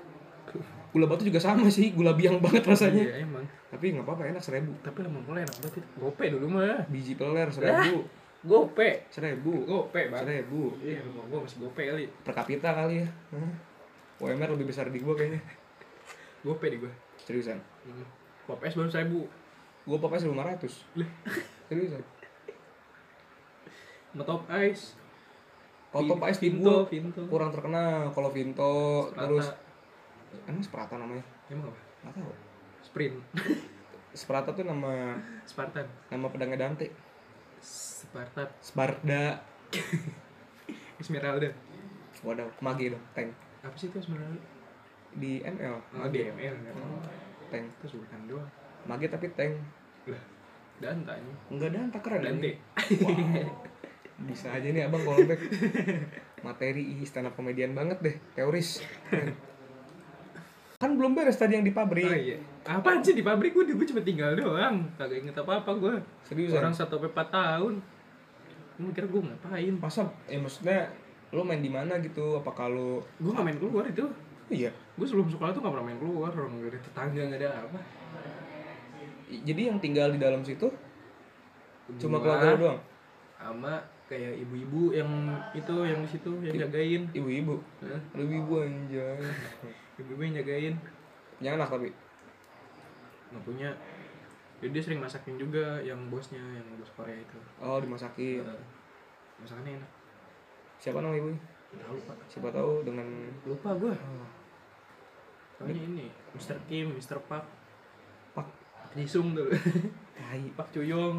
[SPEAKER 2] Gula batu juga sama sih, gula biang banget rasanya.
[SPEAKER 1] Iya emang
[SPEAKER 2] Tapi nggak apa-apa, enak seribu.
[SPEAKER 1] Tapi lemon cola enak banget itu Gope dulu mah
[SPEAKER 2] Biji peler seribu,
[SPEAKER 1] Gope
[SPEAKER 2] seribu,
[SPEAKER 1] Gope bang
[SPEAKER 2] seribu.
[SPEAKER 1] Iya, rumah gue masih gope kali
[SPEAKER 2] Per kapita kali ya. Hah? UMR lebih besar di gua kayaknya.
[SPEAKER 1] Gope di gue
[SPEAKER 2] Seriusan.
[SPEAKER 1] Hmm. Pop es baru seribu
[SPEAKER 2] Gua pokoknya 1500.
[SPEAKER 1] Lah.
[SPEAKER 2] Seriusan.
[SPEAKER 1] Sama top ice
[SPEAKER 2] Kalau Topais di
[SPEAKER 1] Vinto,
[SPEAKER 2] gua
[SPEAKER 1] Vinto.
[SPEAKER 2] kurang terkenal. Kalau Vinto
[SPEAKER 1] Seprata.
[SPEAKER 2] Oh, terus emang Sprata namanya?
[SPEAKER 1] Emang apa?
[SPEAKER 2] Nggak tahu.
[SPEAKER 1] Sprint.
[SPEAKER 2] Sprata tuh nama
[SPEAKER 1] Spartan.
[SPEAKER 2] nama pedangnya Dante.
[SPEAKER 1] Spartan.
[SPEAKER 2] Sbarda.
[SPEAKER 1] Esmeralda.
[SPEAKER 2] Waduh, mage dong, tank.
[SPEAKER 1] Apa sih itu Esmeralda?
[SPEAKER 2] Di ML,
[SPEAKER 1] Oh,
[SPEAKER 2] mage.
[SPEAKER 1] DML.
[SPEAKER 2] Tank.
[SPEAKER 1] Itu sultan doang.
[SPEAKER 2] Mage tapi tank.
[SPEAKER 1] Lah, Danta ini.
[SPEAKER 2] Enggak Dante keren.
[SPEAKER 1] Dante.
[SPEAKER 2] Wow. Bisa aja nih abang kalau back materi ih, stand up komedian banget deh, teoris. Keren. kan belum beres tadi yang di pabrik.
[SPEAKER 1] Oh iya. Apaan sih di pabrik gue, gue cuma tinggal doang. Kagak inget apa-apa gue.
[SPEAKER 2] Seriusan?
[SPEAKER 1] Orang satu sampai empat tahun. Gue mikir gue ngapain?
[SPEAKER 2] Masa ya maksudnya lu main di mana gitu? Apa kalau
[SPEAKER 1] Gue gak main keluar itu.
[SPEAKER 2] iya?
[SPEAKER 1] Gue sebelum sekolah tuh gak pernah main keluar. Orang gak ada tetangga, gak ada apa.
[SPEAKER 2] I- Jadi yang tinggal di dalam situ cuma
[SPEAKER 1] Gua
[SPEAKER 2] keluarga lu doang?
[SPEAKER 1] Sama kayak ibu-ibu yang itu, yang di situ,
[SPEAKER 2] Iya.
[SPEAKER 1] yang jagain.
[SPEAKER 2] Ibu-ibu.
[SPEAKER 1] Hah?
[SPEAKER 2] Lu ibu anjay.
[SPEAKER 1] Ibu-ibu yang jagain.
[SPEAKER 2] Punya anak tapi.
[SPEAKER 1] nggak punya jadi dia sering masakin juga yang bosnya yang bos Korea itu
[SPEAKER 2] Oh, dimasakin.
[SPEAKER 1] Eh, masakannya enak
[SPEAKER 2] Siapa nama ibunya?
[SPEAKER 1] Nggak lupa
[SPEAKER 2] Siapa tahu dengan oh,
[SPEAKER 1] lupa gue namanya ini Mr. Kim Mr. Pak
[SPEAKER 2] Pak
[SPEAKER 1] Jisung tuh
[SPEAKER 2] Tai.
[SPEAKER 1] Pak Cuyong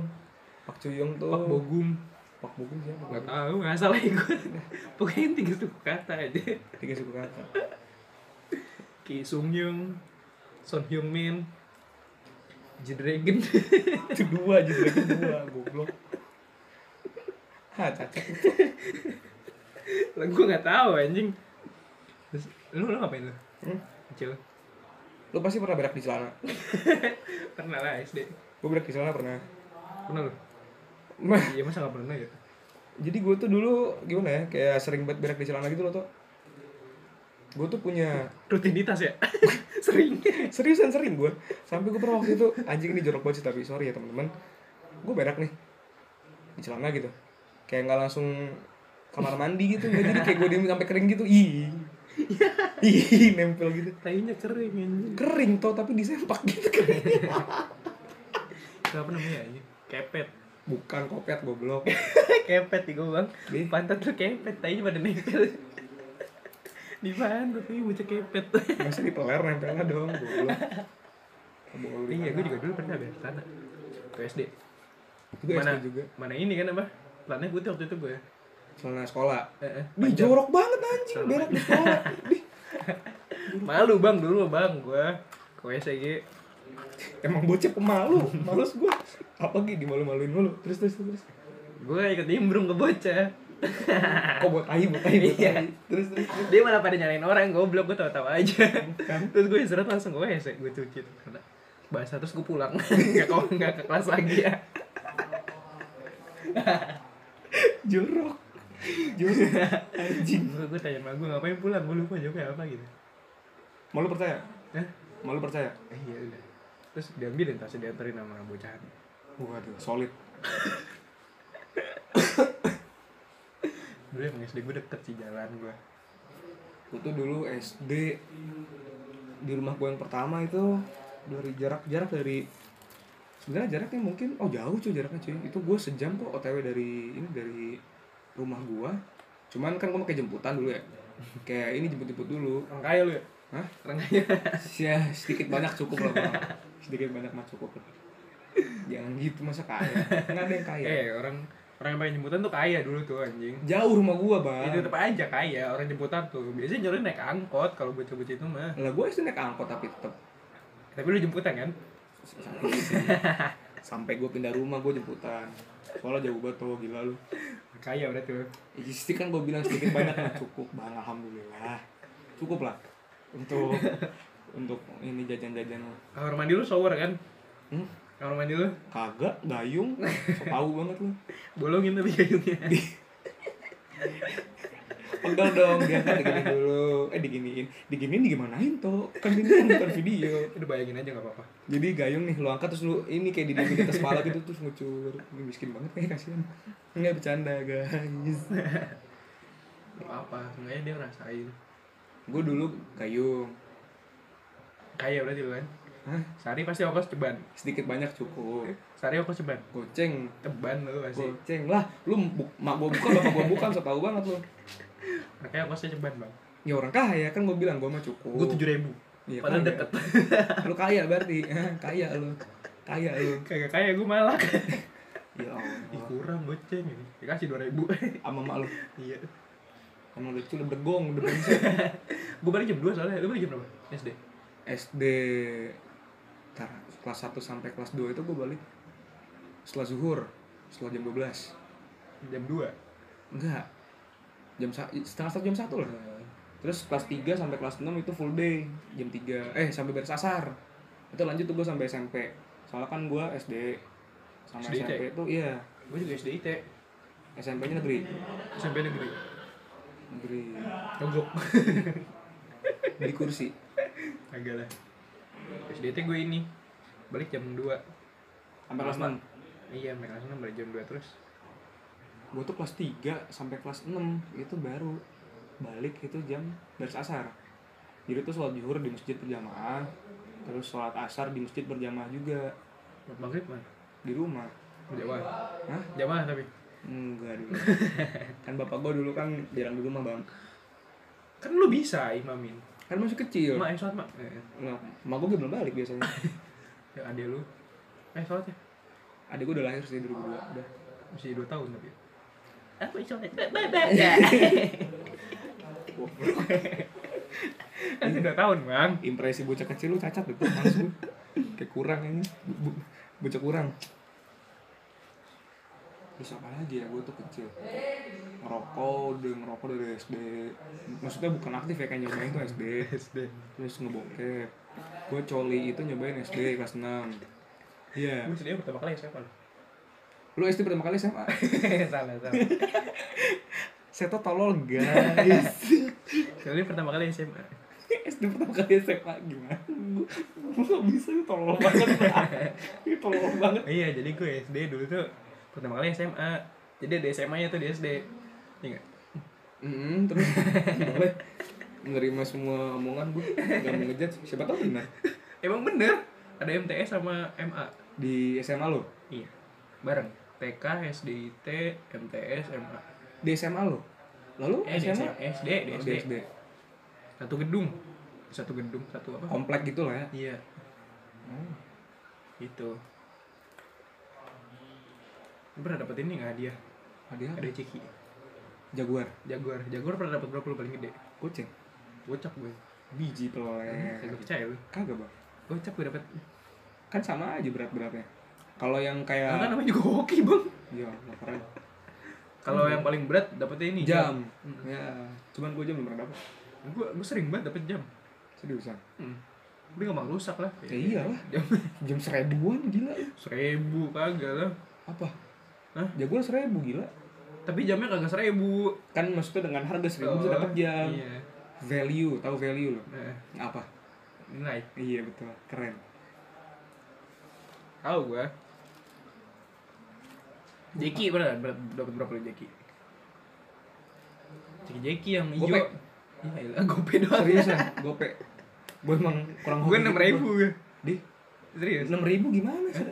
[SPEAKER 2] Pak Cuyong tuh.
[SPEAKER 1] Pak Bogum
[SPEAKER 2] Pak Bogum siapa?
[SPEAKER 1] nggak tahu nggak salah ikut pokoknya tiga suku kata aja
[SPEAKER 2] Tiga suku kata.
[SPEAKER 1] Ki Sung Yung Son Hyung Min Jin Dragon
[SPEAKER 2] Itu dua aja lagi dua goblok. Ah, cacat.
[SPEAKER 1] lah gue nggak tahu anjing terus lu lu ngapain lu
[SPEAKER 2] Hmm?
[SPEAKER 1] kecil
[SPEAKER 2] Lu pasti pernah berak di celana.
[SPEAKER 1] pernah lah SD
[SPEAKER 2] Gue berak di celana pernah.
[SPEAKER 1] pernah lu iya masa nggak pernah ya
[SPEAKER 2] jadi gue tuh dulu gimana ya kayak sering banget berak di celana gitu loh tuh gue tuh punya
[SPEAKER 1] rutinitas ya sering
[SPEAKER 2] seriusan sering gue sampai gue pernah waktu itu anjing ini jorok banget sih tapi sorry ya teman-teman gue berak nih di celana gitu kayak nggak langsung kamar mandi gitu gue jadi kayak gue diem sampai kering gitu ih ih nempel gitu
[SPEAKER 1] tainya kering anjing
[SPEAKER 2] kering tuh tapi disempak gitu kering
[SPEAKER 1] apa namanya ya, anjing kepet
[SPEAKER 2] bukan kopet goblok
[SPEAKER 1] kepet di gue bang di
[SPEAKER 2] Di?
[SPEAKER 1] pantat lu kepet tainya pada nempel di pantat tapi bocah kepet
[SPEAKER 2] masih di peler nempelnya dong goblok Abang lu di
[SPEAKER 1] iya
[SPEAKER 2] mana?
[SPEAKER 1] gue juga dulu pernah berak tanah ke SD
[SPEAKER 2] Itu SD
[SPEAKER 1] mana
[SPEAKER 2] juga
[SPEAKER 1] mana ini kan apa plannya putih waktu itu ya. gue
[SPEAKER 2] celana sekolah
[SPEAKER 1] Eh, eh,
[SPEAKER 2] Di
[SPEAKER 1] panjang.
[SPEAKER 2] jorok banget anjing
[SPEAKER 1] Sama.
[SPEAKER 2] berak di sekolah. Di,
[SPEAKER 1] malu bang dulu bang gue ke WC gitu
[SPEAKER 2] emang bocah pemalu, males gue. Apa gitu dimalu-maluin mulu. Terus terus terus.
[SPEAKER 1] gue ikut nimbrung ke bocah
[SPEAKER 2] Kok buat ahi buat ahi buat
[SPEAKER 1] Iya.
[SPEAKER 2] ahi. Terus terus. terus.
[SPEAKER 1] dia malah pada nyalain orang goblok gue tahu-tahu aja terus gue istirahat langsung gue hese gue cuci tuh, karena basah terus gue pulang nggak kau nggak ke kelas lagi ya
[SPEAKER 2] Jorok. Jorok anjing.
[SPEAKER 1] gue gue tanya sama gue ngapain pulang gue lupa jawabnya apa gitu
[SPEAKER 2] Malu percaya?
[SPEAKER 1] Hah?
[SPEAKER 2] Malu percaya?
[SPEAKER 1] Eh, iya udah terus diambilin tasnya dianterin sama bocahan
[SPEAKER 2] Waduh, solid.
[SPEAKER 1] dulu emang SD gue deket sih jalan gue
[SPEAKER 2] Gue tuh dulu SD di rumah gue yang pertama itu dari jarak jarak dari sebenarnya jaraknya mungkin oh jauh cuy jaraknya cuy itu gue sejam kok otw dari ini dari rumah gue cuman kan gue pakai jemputan dulu ya kayak ini jemput jemput dulu
[SPEAKER 1] orang kaya lu ya
[SPEAKER 2] Hah?
[SPEAKER 1] orang kaya
[SPEAKER 2] ya sedikit banyak cukup lah Bang. sedikit banyak mah cukup jangan gitu masa kaya nggak ada yang kaya
[SPEAKER 1] eh orang orang yang pakai jemputan tuh kaya dulu tuh anjing
[SPEAKER 2] jauh rumah gue bang
[SPEAKER 1] itu tetap aja kaya orang jemputan tuh biasanya nyuruh naik angkot kalau bocah-bocah itu mah
[SPEAKER 2] lah gue sih naik angkot tapi tetap
[SPEAKER 1] tapi lu jemputan kan
[SPEAKER 2] sampai gue pindah rumah gue jemputan soalnya jauh banget tuh gila lu
[SPEAKER 1] kaya udah tuh
[SPEAKER 2] Isti kan gue bilang sedikit banyak lah cukup bang alhamdulillah cukup lah untuk untuk ini jajan-jajan lo.
[SPEAKER 1] kamar mandi lu shower kan
[SPEAKER 2] hmm?
[SPEAKER 1] kamar mandi lu
[SPEAKER 2] kagak dayung so tahu banget lu
[SPEAKER 1] bolongin tapi kayunya
[SPEAKER 2] pegal dong diangkat digini dulu eh diginiin diginiin digimanain tuh kan ini bukan video
[SPEAKER 1] udah bayangin aja nggak apa-apa
[SPEAKER 2] jadi gayung nih lu angkat terus lu ini kayak di di atas kepala gitu terus ngucur ini miskin banget kayak kasihan nggak bercanda guys
[SPEAKER 1] nggak apa seenggaknya dia ngerasain
[SPEAKER 2] gue dulu gayung
[SPEAKER 1] kaya berarti lu kan Sari pasti ongkos ceban.
[SPEAKER 2] sedikit banyak cukup
[SPEAKER 1] Sari ongkos ceban.
[SPEAKER 2] goceng
[SPEAKER 1] Teban lu pasti.
[SPEAKER 2] goceng lah lu bu- mak gua bukan bapak gua bukan so tau banget lu
[SPEAKER 1] Makanya ongkosnya ceban bang.
[SPEAKER 2] ya orang kaya kan gua bilang gua mah cukup
[SPEAKER 1] Gue tujuh ribu.
[SPEAKER 2] Iya,
[SPEAKER 1] Padahal
[SPEAKER 2] kaya.
[SPEAKER 1] deket.
[SPEAKER 2] lu kaya berarti Hah, kaya lu kaya lu
[SPEAKER 1] Kagak kaya gue malah.
[SPEAKER 2] ya
[SPEAKER 1] Ih
[SPEAKER 2] Allah
[SPEAKER 1] kurang goceng ini. Dikasih dua ribu.
[SPEAKER 2] sama mak lu
[SPEAKER 1] Iya.
[SPEAKER 2] sama lu kecil udah berdegong udah brengsek
[SPEAKER 1] Gue balik jam 2 soalnya. Lu balik jam berapa? SD.
[SPEAKER 2] SD tar, kelas 1 sampai kelas 2 itu gue balik setelah zuhur setelah jam 12
[SPEAKER 1] Jam 2
[SPEAKER 2] enggak jam sa- setengah satu jam satu lah terus kelas 3 sampai kelas 6 itu full day jam 3 eh sampai beres asar itu lanjut tuh gue sampai SMP soalnya kan gue SD sama
[SPEAKER 1] SD,
[SPEAKER 2] SMP itu iya
[SPEAKER 1] Gue juga SD IT.
[SPEAKER 2] SMP nya negeri
[SPEAKER 1] SMP negeri.
[SPEAKER 2] negeri
[SPEAKER 1] Tonggok.
[SPEAKER 2] di kursi
[SPEAKER 1] Agak lah. SD IT gue ini. Balik jam 2
[SPEAKER 2] sampai kelas
[SPEAKER 1] Lama.
[SPEAKER 2] 6
[SPEAKER 1] Iya, mereka langsung balik jam 2 terus.
[SPEAKER 2] gue tuh kelas 3 sampai kelas 6 itu baru balik itu jam beres asar jadi tuh sholat zuhur di masjid berjamaah terus sholat asar di masjid berjamaah juga
[SPEAKER 1] Buat Maghrib mana?
[SPEAKER 2] di rumah
[SPEAKER 1] Jamaah.
[SPEAKER 2] Hah?
[SPEAKER 1] Jamaah tapi.
[SPEAKER 2] enggak dulu kan bapak gue dulu kan jarang di rumah bang
[SPEAKER 1] Kan lu bisa imamin.
[SPEAKER 2] kan masih kecil
[SPEAKER 1] Mak, ayo sholat, Mak. Eh,
[SPEAKER 2] nah, mak gue belum balik biasanya
[SPEAKER 1] ya adek lu. Eh, sholat ya.
[SPEAKER 2] adik gue udah lahir sih 2002 udah
[SPEAKER 1] Masih 2 tahun tapi. Iya. Aku sholat. Bye, Masih 2 tahun, Bang.
[SPEAKER 2] impresi bocah kecil lu cacat betul males gue kayak kurang ini Bu- bu- bocah kurang terus apa lagi ya gue tuh kecil ngerokok udah ngerokok dari SD maksudnya bukan aktif ya kayak nyobain itu SD
[SPEAKER 1] SD.
[SPEAKER 2] terus ngebokep gue coli itu nyobain SD kelas 6 iya
[SPEAKER 1] Gue sendiri pertama kali siapa lu?
[SPEAKER 2] lu SD pertama kali SMA
[SPEAKER 1] salah, salah.
[SPEAKER 2] saya tuh tolol guys
[SPEAKER 1] Kali pertama kali SMA.
[SPEAKER 2] SD pertama kali SMA gimana gue gak bisa ini tolol banget ini tolol banget
[SPEAKER 1] iya, jadi gue SD dulu tuh pertama kali SMA. Jadi ada SMA-nya tuh di SD. Iya nggak?
[SPEAKER 2] Mm, terus boleh menerima semua omongan gue gak mau ngejat siapa tahu benar
[SPEAKER 1] Emang bener ada MTS sama MA.
[SPEAKER 2] di SMA lo
[SPEAKER 1] Iya. Bareng. TK, SDIT, MTS, MA.
[SPEAKER 2] di SMA lo lalu
[SPEAKER 1] Eh, di
[SPEAKER 2] SMA
[SPEAKER 1] SD, di
[SPEAKER 2] Oh,
[SPEAKER 1] SD.
[SPEAKER 2] di SD
[SPEAKER 1] Satu gedung. Satu gedung, satu apa?
[SPEAKER 2] komplek gitu lah ya
[SPEAKER 1] Iya,
[SPEAKER 2] Oh.
[SPEAKER 1] gitu. Lu pernah dapet ini nggak hadiah?
[SPEAKER 2] hadiah apa?
[SPEAKER 1] Ada ciki.
[SPEAKER 2] jaguar
[SPEAKER 1] Jaguar. Jaguar pernah dapet berapa lu paling gede?
[SPEAKER 2] kucing
[SPEAKER 1] Gocap gue.
[SPEAKER 2] biji
[SPEAKER 1] Kagak
[SPEAKER 2] peloleh
[SPEAKER 1] percaya lu.
[SPEAKER 2] kagak bang
[SPEAKER 1] Gocap gue dapet.
[SPEAKER 2] kan sama aja berat beratnya kalau yang
[SPEAKER 1] Karena kan-
[SPEAKER 2] kayak
[SPEAKER 1] namanya juga hoki, Bang.
[SPEAKER 2] ya nggak pernah
[SPEAKER 1] Kalau yang paling berat dapetnya ini
[SPEAKER 2] Iya. jam ya cuman gue jam belum pernah dapet
[SPEAKER 1] Gue gue sering banget dapet jam.
[SPEAKER 2] seriusan
[SPEAKER 1] Hmm. Udah gak mau rusak lah.
[SPEAKER 2] ya iyalah
[SPEAKER 1] Jam
[SPEAKER 2] jam seribuan gila lu.
[SPEAKER 1] seribu kagak lah.
[SPEAKER 2] apa
[SPEAKER 1] Hah?
[SPEAKER 2] jaguar seribu gila
[SPEAKER 1] Tapi jamnya kagak seribu.
[SPEAKER 2] kan maksudnya dengan harga seribu bisa
[SPEAKER 1] Oh,
[SPEAKER 2] dapat jam
[SPEAKER 1] Iya.
[SPEAKER 2] value tahu value lo
[SPEAKER 1] Eh,
[SPEAKER 2] apa
[SPEAKER 1] nilai.
[SPEAKER 2] iya betul keren
[SPEAKER 1] Tahu gue. Jeki pernah ber- dapat berapa lu Jeki? Jeki Jeki yang hijau.
[SPEAKER 2] Gope.
[SPEAKER 1] Iya, iyalah, gope doang.
[SPEAKER 2] seriusan gope gue emang kurang
[SPEAKER 1] Gue enam ribu Eh? gue.
[SPEAKER 2] di
[SPEAKER 1] Serius.
[SPEAKER 2] enam ribu gimana sih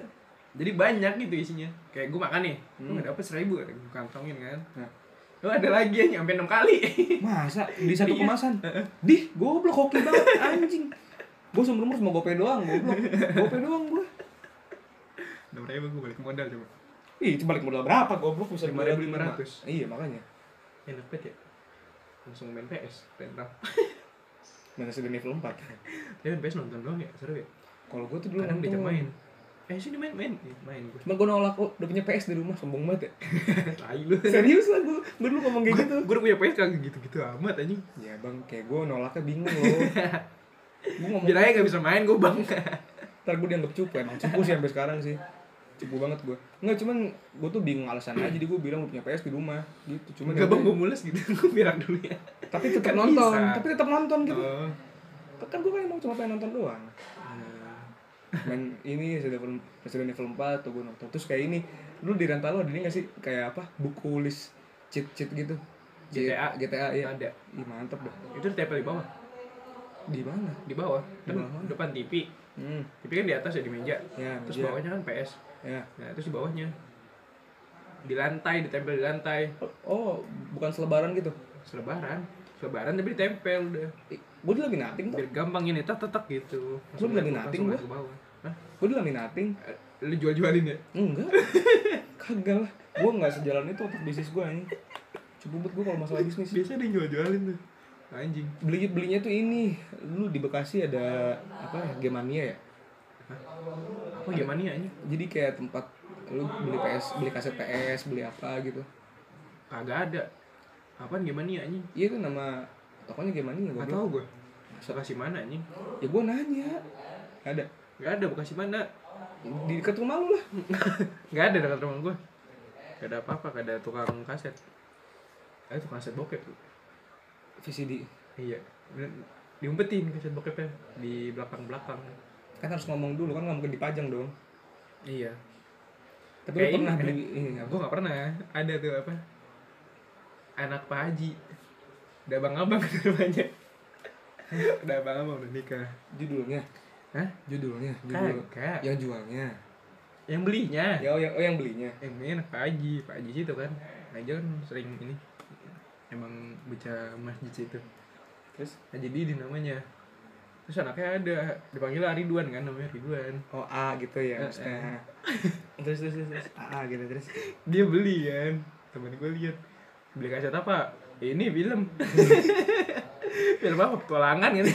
[SPEAKER 1] Jadi banyak gitu isinya. Kayak gue makan nih, gue
[SPEAKER 2] Hmm.
[SPEAKER 1] nggak dapet seribu, gue kantongin kan.
[SPEAKER 2] Nah.
[SPEAKER 1] Lu ada lagi yang nyampe enam kali.
[SPEAKER 2] masa di satu
[SPEAKER 1] Iya.
[SPEAKER 2] kemasan di goblok hoki banget anjing gue seumur umur cuma gope doang goblok gope doang gue
[SPEAKER 1] Enam ribu gue balik modal coba.
[SPEAKER 2] ih itu balik modal berapa goblok bisa
[SPEAKER 1] 5.500.
[SPEAKER 2] iya makanya
[SPEAKER 1] Enak banget ya. Langsung main PS, rental.
[SPEAKER 2] mana sih level empat
[SPEAKER 1] Tapi main PS nonton doang ya, seru ya.
[SPEAKER 2] kalau gue tuh dulu
[SPEAKER 1] Kadang diajak
[SPEAKER 2] nonton.
[SPEAKER 1] main. Eh sini main main, Ih, main gue.
[SPEAKER 2] cuma gue nolak oh, udah punya PS di rumah sombong banget ya
[SPEAKER 1] Tai lu.
[SPEAKER 2] serius lah gue gue dulu ngomong kayak gitu
[SPEAKER 1] Gue udah punya PS kagak gitu-gitu amat anjing.
[SPEAKER 2] Ya bang, kayak gue nolaknya bingung loh Gue ngomong,
[SPEAKER 1] Biar aja gak bisa main gue bang
[SPEAKER 2] ntar gue dianggap cupu Emang cupu sih sampai sekarang sih Cupu banget gue Enggak, cuman gue tuh bingung alasan aja Jadi gue bilang gue punya PS di rumah gitu Cuman
[SPEAKER 1] Gak
[SPEAKER 2] ya
[SPEAKER 1] bang
[SPEAKER 2] udah.
[SPEAKER 1] gue mules gitu, gue bilang dulu ya
[SPEAKER 2] Tapi tetap
[SPEAKER 1] Kan
[SPEAKER 2] nonton,
[SPEAKER 1] bisa.
[SPEAKER 2] tapi tetap nonton gitu
[SPEAKER 1] Oh.
[SPEAKER 2] Kan gue kan emang cuma pengen nonton doang Iya. Main ini Resident Evil, Resident Evil 4 tuh gue nonton Terus kayak ini, lu di rental lo ada ini gak sih? Kayak apa, buku list cheat-cheat gitu Cheat-
[SPEAKER 1] GTA.
[SPEAKER 2] GTA, iya
[SPEAKER 1] Ada
[SPEAKER 2] Ih mantep dah
[SPEAKER 1] Itu di TP di bawah
[SPEAKER 2] Di mana?
[SPEAKER 1] Di bawah
[SPEAKER 2] Di
[SPEAKER 1] Kan
[SPEAKER 2] bawah.
[SPEAKER 1] depan TV
[SPEAKER 2] Hmm,
[SPEAKER 1] Tapi kan di atas ya di meja.
[SPEAKER 2] ya,
[SPEAKER 1] Terus
[SPEAKER 2] meja.
[SPEAKER 1] bawahnya kan PS.
[SPEAKER 2] ya.
[SPEAKER 1] Nah, terus di bawahnya di lantai, ditempel di lantai.
[SPEAKER 2] Oh, bukan selebaran gitu.
[SPEAKER 1] Selebaran, selebaran tapi ditempel udah.
[SPEAKER 2] Gue udah laminating tuh.
[SPEAKER 1] Biar gampang ini tet tetek gitu.
[SPEAKER 2] Lu beli nating
[SPEAKER 1] langsung
[SPEAKER 2] gua?
[SPEAKER 1] naik ke bawah. Hah?
[SPEAKER 2] Gue udah laminating.
[SPEAKER 1] Eh, Lu jual-jualin ya?
[SPEAKER 2] Enggak. Kagak lah. Gue nggak sejalan itu otak bisnis gue ini. Cepet gue kalau masalah bisnis.
[SPEAKER 1] Biasa dia jual-jualin tuh. Anjing.
[SPEAKER 2] beli belinya tuh ini dulu di Bekasi ada apa Gemania ya
[SPEAKER 1] Apa gimana ya anjing?
[SPEAKER 2] jadi kayak tempat lu beli PS beli kaset PS beli apa gitu
[SPEAKER 1] Kagak ada. Apaan gimana ya anjing?
[SPEAKER 2] iya itu nama tokonya Gemania gue
[SPEAKER 1] Gak tau gua. Bekasi mana anjing?
[SPEAKER 2] ya gue nanya Nggak ada
[SPEAKER 1] Gak ada Bekasi mana.
[SPEAKER 2] di dekat rumah lu lah
[SPEAKER 1] Gak ada dekat rumah gua. Gak ada apa-apa, gak ada tukang kaset. Eh tukang kaset bokep.
[SPEAKER 2] VCD
[SPEAKER 1] Iya. Bener- Diumpetin kaset bokepnya di belakang-belakang.
[SPEAKER 2] kan harus ngomong dulu kan nggak mungkin dipajang dong
[SPEAKER 1] Iya.
[SPEAKER 2] tapi
[SPEAKER 1] Kayaknya
[SPEAKER 2] lu pernah
[SPEAKER 1] ada.
[SPEAKER 2] beli ini apa
[SPEAKER 1] Gua gak pernah ada tuh apa. Anak Pak Haji. Udah abang-abang namanya. Udah abang-abang udah nikah.
[SPEAKER 2] judulnya
[SPEAKER 1] Hah?
[SPEAKER 2] judulnya judul
[SPEAKER 1] Kagak.
[SPEAKER 2] yang jualnya
[SPEAKER 1] Yang belinya.
[SPEAKER 2] ya oh yang, oh, yang belinya
[SPEAKER 1] yang punya anak Eh, Pak Haji Pak Haji situ kan Haji kan sering ini emang baca masjid situ
[SPEAKER 2] terus
[SPEAKER 1] Haji Didi namanya terus anaknya ada dipanggil Ridwan kan namanya Ridwan
[SPEAKER 2] oh A gitu ya
[SPEAKER 1] Eh,
[SPEAKER 2] maksudnya terus terus terus, terus A, A gitu terus
[SPEAKER 1] dia beli kan temen gue lihat beli kaset apa "Ya ini film film apa petualangan kan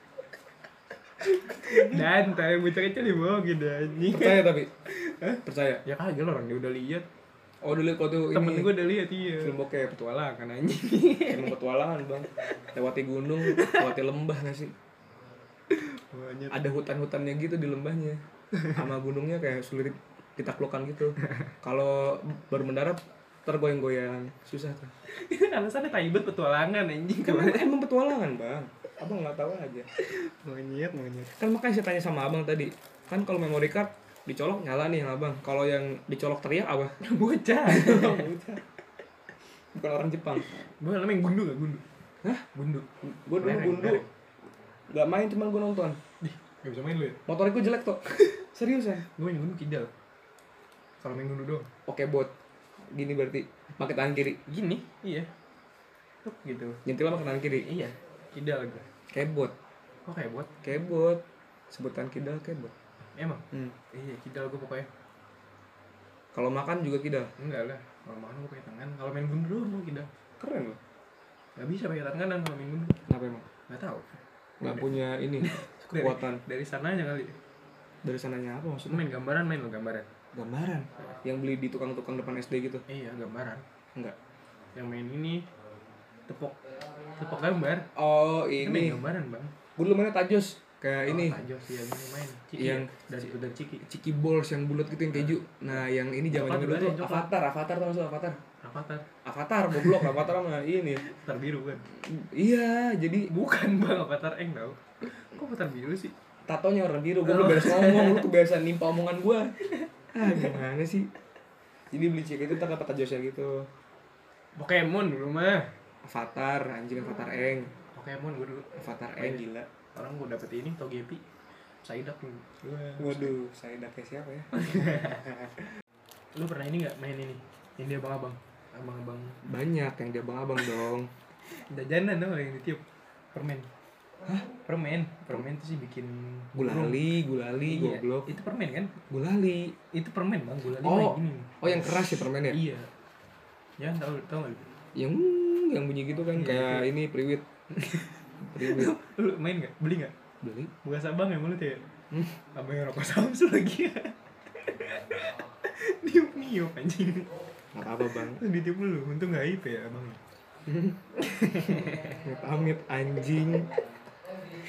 [SPEAKER 1] dan tapi bocah kecil dibohongin anjing
[SPEAKER 2] percaya tapi percaya
[SPEAKER 1] ya kagak lah orang dia udah lihat
[SPEAKER 2] Oh dulu kau tuh
[SPEAKER 1] temen
[SPEAKER 2] ini
[SPEAKER 1] gue udah lihat iya
[SPEAKER 2] film bokep
[SPEAKER 1] petualangan anjing
[SPEAKER 2] Emang petualangan bang Lewati gunung, lewati lembah gak sih?
[SPEAKER 1] Banyak.
[SPEAKER 2] Ada hutan-hutannya gitu di lembahnya Sama gunungnya kayak sulit ditaklukkan gitu Kalau bermendarat tergoyang-goyang Susah tuh
[SPEAKER 1] Itu kan alasannya taibet petualangan anjing
[SPEAKER 2] Kan emang, emang petualangan bang Abang nggak tahu aja
[SPEAKER 1] Monyet, monyet
[SPEAKER 2] Kan makanya saya tanya sama abang tadi Kan kalau memory card dicolok nyala nih yang abang Kalau yang dicolok teriak apa?
[SPEAKER 1] Bocah
[SPEAKER 2] Bukan orang Jepang
[SPEAKER 1] Gue namanya yang gundu gak gundu?
[SPEAKER 2] Hah?
[SPEAKER 1] Gundu
[SPEAKER 2] Gue dulu
[SPEAKER 1] Mereng,
[SPEAKER 2] gundu
[SPEAKER 1] mereng.
[SPEAKER 2] Gak main cuman gue nonton
[SPEAKER 1] Dih, gak bisa main lu ya?
[SPEAKER 2] Motor gue jelek tuh Serius ya
[SPEAKER 1] Gue main gundu kidal Kalau main gundu doang
[SPEAKER 2] Oke bot. Gini berarti pakai tangan kiri.
[SPEAKER 1] Gini? Iya Tuk gitu
[SPEAKER 2] Nyentil pakai tangan kiri.
[SPEAKER 1] Iya Kidal gue
[SPEAKER 2] Kebot.
[SPEAKER 1] Kok kayak buat?
[SPEAKER 2] Kebot. Sebutan kidal kebot.
[SPEAKER 1] Emang?
[SPEAKER 2] Hmm.
[SPEAKER 1] Iya kidal gue pokoknya
[SPEAKER 2] Kalau makan juga kidal.
[SPEAKER 1] Enggak lah Kalau makan gue pakai tangan Kalau main gundu doang gue kidal
[SPEAKER 2] Keren loh.
[SPEAKER 1] Gak bisa pakai tangan kanan kalau main gundu
[SPEAKER 2] Kenapa emang?
[SPEAKER 1] Gak tau
[SPEAKER 2] Nggak punya ini
[SPEAKER 1] Dari-
[SPEAKER 2] kekuatan.
[SPEAKER 1] Dari sananya kali
[SPEAKER 2] Dari sananya apa maksudnya?
[SPEAKER 1] Lu main gambaran main lo gambaran
[SPEAKER 2] Gambaran. Yang beli di tukang-tukang depan SD gitu.
[SPEAKER 1] Iya gambaran
[SPEAKER 2] Enggak.
[SPEAKER 1] Yang main ini Tepok Tepok gambar
[SPEAKER 2] Oh
[SPEAKER 1] Kan main
[SPEAKER 2] ini.
[SPEAKER 1] gambaran bang
[SPEAKER 2] Gue dulu mainnya tajos. Kayak ini.
[SPEAKER 1] Oh, Tajos ya ini main. Ciki. ya,
[SPEAKER 2] Yang-
[SPEAKER 1] dari udah Ciki.
[SPEAKER 2] Ciki balls yang bulat gitu yang keju. Nah, yang ini zaman
[SPEAKER 1] Coklat
[SPEAKER 2] dulu
[SPEAKER 1] juga
[SPEAKER 2] tuh
[SPEAKER 1] ada, coklat.
[SPEAKER 2] Avatar, Avatar tau nggak sih Avatar?
[SPEAKER 1] Avatar
[SPEAKER 2] Avatar goblok, Avatar sama ini.
[SPEAKER 1] Avatar biru kan.
[SPEAKER 2] Iya, jadi
[SPEAKER 1] Bukan Bang Avatar Eng tau. Kok Avatar biru sih?
[SPEAKER 2] tatonya warna biru gue belum beres ngomong lu kebiasaan nimpa omongan gue ah gimana sih jadi beli cek itu ntar dapat tajosnya gitu
[SPEAKER 1] Pokemon dulu mah.
[SPEAKER 2] avatar anjing avatar eng
[SPEAKER 1] Pokemon gue dulu.
[SPEAKER 2] avatar eng gila
[SPEAKER 1] Orang gue dapet ini Togepi. Psyduck dulu.
[SPEAKER 2] waduh saya dake siapa ya
[SPEAKER 1] Lu pernah ini nggak main ini? Ini abang-abang. Abang-abang
[SPEAKER 2] banyak yang dia abang abang dong
[SPEAKER 1] jajanan tau nggak yang ditiup permen. Hah? Permen. Permen tuh sih bikin
[SPEAKER 2] gulali gulali
[SPEAKER 1] Iya,
[SPEAKER 2] goblok
[SPEAKER 1] Itu permen kan?
[SPEAKER 2] gulali
[SPEAKER 1] Itu permen bang, gulali
[SPEAKER 2] Oh.
[SPEAKER 1] kayak gini.
[SPEAKER 2] oh yang keras ya permennya
[SPEAKER 1] Iya. Jangan tahu tahu nggak?
[SPEAKER 2] yang yang bunyi gitu kan kayak ini priwit priwit
[SPEAKER 1] Lu main nggak? Beli nggak?
[SPEAKER 2] beli
[SPEAKER 1] Buka sabang ya mulut ya? Abang yang rokok Samsu lagi ya? niup niup anjing
[SPEAKER 2] nggak apa bang
[SPEAKER 1] Terus ditiup dulu, untung gak IP ya abang
[SPEAKER 2] amit anjing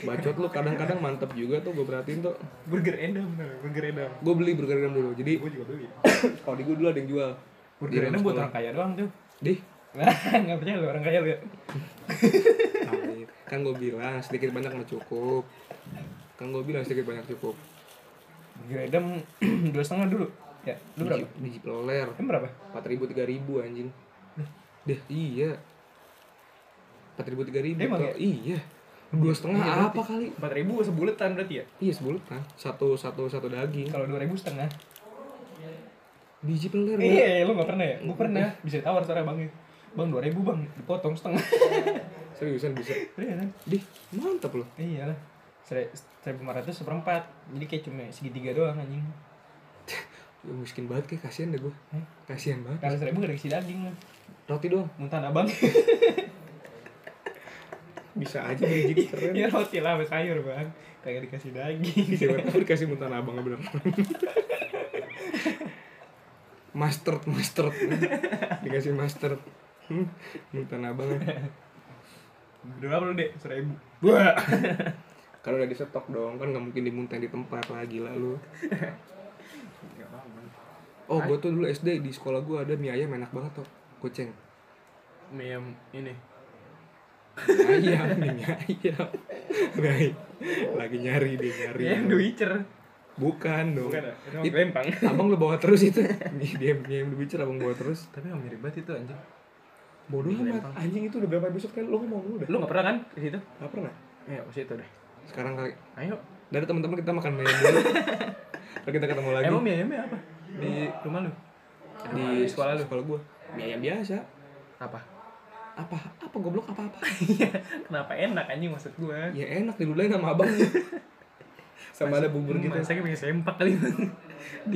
[SPEAKER 2] bacot lu kadang-kadang mantep juga tuh gue perhatiin tuh
[SPEAKER 1] Burger Edam tuh, Burger Edam
[SPEAKER 2] gue beli burger ayam dulu jadi
[SPEAKER 1] Gue juga beli
[SPEAKER 2] kalau di gue dulu ada yang jual
[SPEAKER 1] Burger Edam buat orang kaya doang tuh
[SPEAKER 2] deh
[SPEAKER 1] Gak percaya lu orang kaya lu ya
[SPEAKER 2] amit. kan gue bilang sedikit banyak mah cukup kan gue bilang sedikit banyak cukup
[SPEAKER 1] Burger Edam dua setengah dulu Ya, lu berapa?
[SPEAKER 2] biji peloler
[SPEAKER 1] Em berapa?
[SPEAKER 2] empat ribu tiga ribu anjing deh iya empat ribu tiga ribu
[SPEAKER 1] Emang ya?
[SPEAKER 2] iya dua setengah
[SPEAKER 1] Iya,
[SPEAKER 2] apa
[SPEAKER 1] berarti.
[SPEAKER 2] kali
[SPEAKER 1] empat ribu sebuletan berarti ya
[SPEAKER 2] iya sebulutan satu satu satu daging
[SPEAKER 1] kalau dua ribu setengah
[SPEAKER 2] biji peler Bu.
[SPEAKER 1] iya lu nggak pernah ya gua pernah bisa tawar secara bang ya? bang dua ribu bang dipotong setengah
[SPEAKER 2] seriusan bisa
[SPEAKER 1] Iya kan?
[SPEAKER 2] dih mantap loh
[SPEAKER 1] iya lah seribu lima ratus seperempat jadi kayak cuma segitiga doang anjing
[SPEAKER 2] Ya, miskin banget kayak kasihan deh gue
[SPEAKER 1] Eh?
[SPEAKER 2] kasihan banget
[SPEAKER 1] kalau seribu gak ada isi daging lah
[SPEAKER 2] roti doang
[SPEAKER 1] muntahan abang
[SPEAKER 2] bisa aja beli jadi keren
[SPEAKER 1] ya roti lah sama sayur bang kagak dikasih daging
[SPEAKER 2] Siapa tahu dikasih mutan abang bener. mustard, mustard. Dikasih mustard. Hmm, mutan abang.
[SPEAKER 1] berapa lu dek seribu
[SPEAKER 2] Wah. Kalau udah di stok dong, kan nggak mungkin dimuntah di tempat lagi lalu. Oh, gue tuh dulu SD di sekolah gue ada mie ayam enak banget tuh. Kucing.
[SPEAKER 1] mie ayam ini
[SPEAKER 2] Mie ayam, mie ayam. Baik. Lagi nyari dia nyari.
[SPEAKER 1] mie ayam Iya, The Witcher
[SPEAKER 2] Bukan dong.
[SPEAKER 1] bukan ya? itu mah
[SPEAKER 2] It-
[SPEAKER 1] lempang
[SPEAKER 2] Abang lu bawa terus itu. Mie dia mie ayam dibicara abang bawa terus.
[SPEAKER 1] tapi nggak mirip banget itu anjing
[SPEAKER 2] Bodoh
[SPEAKER 1] Mie
[SPEAKER 2] amat.
[SPEAKER 1] lempang.
[SPEAKER 2] Anjing itu udah berapa episode kali lu ngomong lu udah?
[SPEAKER 1] lu nggak pernah kan ke situ
[SPEAKER 2] Gak pernah.
[SPEAKER 1] ya ke situ deh
[SPEAKER 2] Sekarang kali
[SPEAKER 1] ayo
[SPEAKER 2] dari teman-teman kita makan mie ayam dulu. Terus kita ketemu lagi
[SPEAKER 1] emang mie ayamnya apa di rumah lu di
[SPEAKER 2] di
[SPEAKER 1] sekolah lu
[SPEAKER 2] Sekolah gua. Mie ayam biasa.
[SPEAKER 1] apa
[SPEAKER 2] Apa apa goblok apa apa.
[SPEAKER 1] Iya, kenapa enak anjing maksud gua
[SPEAKER 2] ya enak didulain sama abang. Sama ada bubur gitu.
[SPEAKER 1] saya pengen sempak kali Bang.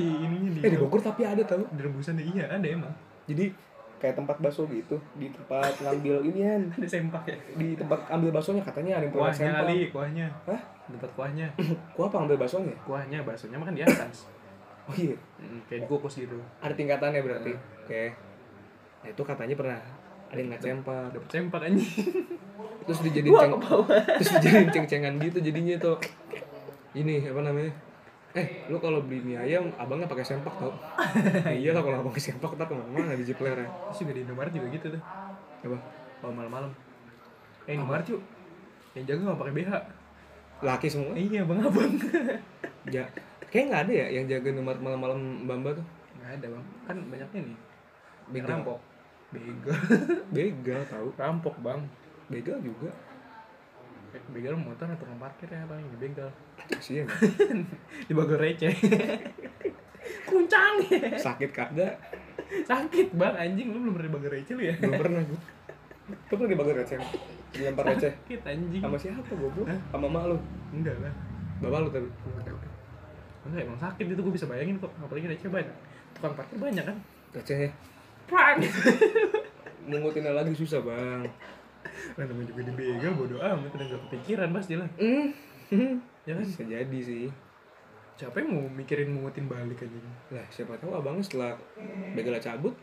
[SPEAKER 1] di ininya di
[SPEAKER 2] Eh di Bogor tapi ada tau.
[SPEAKER 1] di rebusan deh iya ada emang
[SPEAKER 2] Jadi kayak tempat bakso gitu di tempat ngambil inian
[SPEAKER 1] ada sempak ya
[SPEAKER 2] di tempat ambil baksonya katanya ada yang produk
[SPEAKER 1] kuahnya
[SPEAKER 2] sampel.
[SPEAKER 1] kali kuahnya
[SPEAKER 2] Hah?
[SPEAKER 1] tempat kuahnya
[SPEAKER 2] Gua apa ambil baksonya?
[SPEAKER 1] kuahnya baksonya makan di atas
[SPEAKER 2] Oh iya.
[SPEAKER 1] Mm, kayak dikukus gitu
[SPEAKER 2] Ada tingkatannya berarti. Oke. Nah, itu katanya pernah ada yang ngacempar.
[SPEAKER 1] dapet sempak anjing
[SPEAKER 2] terus dijadiin ceng terus dijadiin ceng-cengan gitu jadinya tuh ini apa namanya eh lu kalau beli mie ayam abangnya pakai sempak tau iya lah kalau abang pakai sempak ntar kemana-mana biji pelernya
[SPEAKER 1] Terus juga di Indomaret juga gitu tuh
[SPEAKER 2] apa
[SPEAKER 1] kalau malam-malam eh Indomaret yuk yang jaga nggak pakai BH
[SPEAKER 2] laki semua
[SPEAKER 1] Eh, iya bang abang
[SPEAKER 2] ya kayak nggak ada ya yang jaga nomor malam-malam bamba tuh
[SPEAKER 1] nggak ada bang kan banyaknya nih Yang
[SPEAKER 2] begal
[SPEAKER 1] rampok begal
[SPEAKER 2] begal tau
[SPEAKER 1] rampok bang
[SPEAKER 2] begal juga
[SPEAKER 1] Eh, begal motor atau tukang parkir ya paling di begal
[SPEAKER 2] kasian ya.
[SPEAKER 1] di Bogor receh kuncang
[SPEAKER 2] sakit kagak
[SPEAKER 1] sakit bang anjing lu belum pernah di Bogor receh lu ya
[SPEAKER 2] belum pernah gue lu pernah dibagi receh dilempar receh
[SPEAKER 1] sakit anjing
[SPEAKER 2] sama siapa goblok sama mak lu
[SPEAKER 1] enggak lah
[SPEAKER 2] bapak lu tapi
[SPEAKER 1] enggak emang sakit itu gue bisa bayangin kok apalagi receh banyak tukang parkir banyak kan
[SPEAKER 2] receh ya
[SPEAKER 1] Prang.
[SPEAKER 2] mungutinnya lagi susah bang
[SPEAKER 1] Lah namanya juga di begal bodo amat udah gak kepikiran pasti lah.
[SPEAKER 2] Hmm.
[SPEAKER 1] Ya kan?
[SPEAKER 2] Bisa jadi sih.
[SPEAKER 1] Siapa yang mau mikirin mungutin balik aja
[SPEAKER 2] Lah, siapa tahu abangnya setelah begal cabut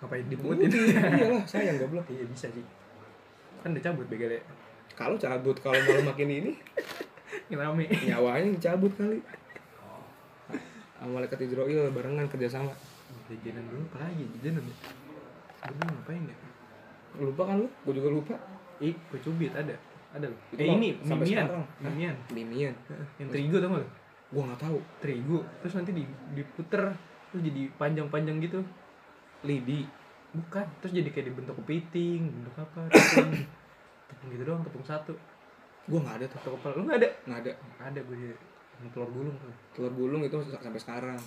[SPEAKER 1] Ngapain
[SPEAKER 2] dipungutin.
[SPEAKER 1] dimungutin?
[SPEAKER 2] Iyalah, sayang goblok.
[SPEAKER 1] iya bisa sih. Kan udah cabut begalnya.
[SPEAKER 2] Kalau cabut kalau malam makin ini
[SPEAKER 1] Yang rame.
[SPEAKER 2] nyawanya dicabut kali. Sama malaikat Izrail barengan kerjasama.
[SPEAKER 1] Jajanan dulu apa lagi? Jajanan ya? Dulu ngapain ya?
[SPEAKER 2] Lupa kan lu? Gue juga lupa.
[SPEAKER 1] Ih, kecubit ada. Ada loh.
[SPEAKER 2] Itu
[SPEAKER 1] eh
[SPEAKER 2] mah
[SPEAKER 1] ini,
[SPEAKER 2] sampai
[SPEAKER 1] mimian.
[SPEAKER 2] sekarang. Hah?
[SPEAKER 1] Mimian.
[SPEAKER 2] Mimian.
[SPEAKER 1] Yang terigu tau gak lo?
[SPEAKER 2] Gua nggak tahu.
[SPEAKER 1] Terigu. Terus nanti di- diputer. Terus jadi panjang-panjang gitu.
[SPEAKER 2] Lidi.
[SPEAKER 1] Bukan. Terus jadi kayak dibentuk kepiting. Bentuk apa. Tepung. tepung gitu doang. Tepung satu.
[SPEAKER 2] Gua nggak ada tuh.
[SPEAKER 1] Atau kepala. Lu gak ada?
[SPEAKER 2] Nggak ada.
[SPEAKER 1] Ada gue di- yang telur gulung tuh.
[SPEAKER 2] Telur gulung itu sampai sekarang.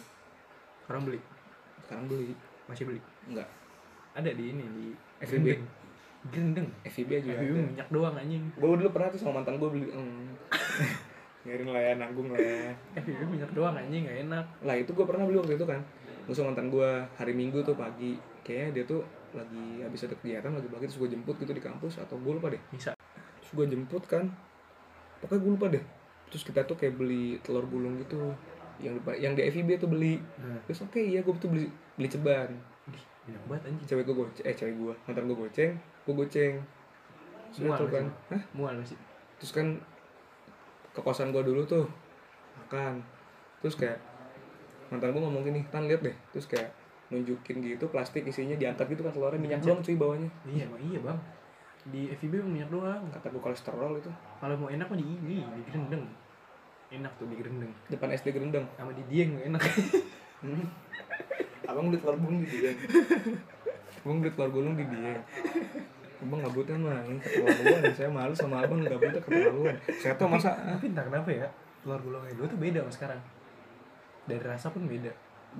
[SPEAKER 1] Sekarang beli,
[SPEAKER 2] Sekarang beli.
[SPEAKER 1] masih beli.
[SPEAKER 2] Enggak.
[SPEAKER 1] Ada di ini di
[SPEAKER 2] FB.
[SPEAKER 1] Grindeng. Grindeng.
[SPEAKER 2] FIB juga
[SPEAKER 1] FB
[SPEAKER 2] ada.
[SPEAKER 1] minyak doang anjing.
[SPEAKER 2] Gue dulu pernah tuh sama mantan gue beli. Hmm. Ngirim lah ya, nanggung lah ya.
[SPEAKER 1] FB minyak doang anjing gak enak.
[SPEAKER 2] lah itu gue pernah beli waktu itu kan musuh mantan gue hari minggu tuh pagi kayaknya dia tuh lagi habis ada kegiatan lagi pagi terus gue jemput gitu di kampus atau gue lupa deh
[SPEAKER 1] Bisa.
[SPEAKER 2] terus gue jemput kan pokoknya gue lupa deh terus kita tuh kayak beli telur gulung gitu yang lupa yang di FIB tuh beli
[SPEAKER 1] Nah,
[SPEAKER 2] terus oke iya gue tuh beli beli ceban
[SPEAKER 1] ih, enak banget anjing.
[SPEAKER 2] cewek gue goceng eh cewek gue mantan gue goceng gue goceng
[SPEAKER 1] Mual
[SPEAKER 2] sudah tuh kan
[SPEAKER 1] masih.
[SPEAKER 2] Hah?
[SPEAKER 1] Eh, Mual masih.
[SPEAKER 2] terus kan ke kosan gue dulu tuh makan terus kayak mantan gue ngomong gini tan lihat deh terus kayak nunjukin gitu plastik isinya diangkat gitu kan keluarnya minyak doang cuy bawahnya
[SPEAKER 1] Iya, emang iya, Bang. Di FB minyak doang.
[SPEAKER 2] kata gue kolesterol itu
[SPEAKER 1] Kalau mau enak mah di ini, di Grindeng. Enak tuh di Grindeng.
[SPEAKER 2] depan SD gerendeng
[SPEAKER 1] Sama di Dieng gak enak.
[SPEAKER 2] Hmm. abang beli telur gulung di dia abang beli telur gulung di dia abang ngabutan mah keterlaluan saya malu sama abang ngabutnya keterlaluan saya tuh masa ah,
[SPEAKER 1] tapi entah kenapa ya telur gulungnya dulu tuh beda sama sekarang dari rasa pun beda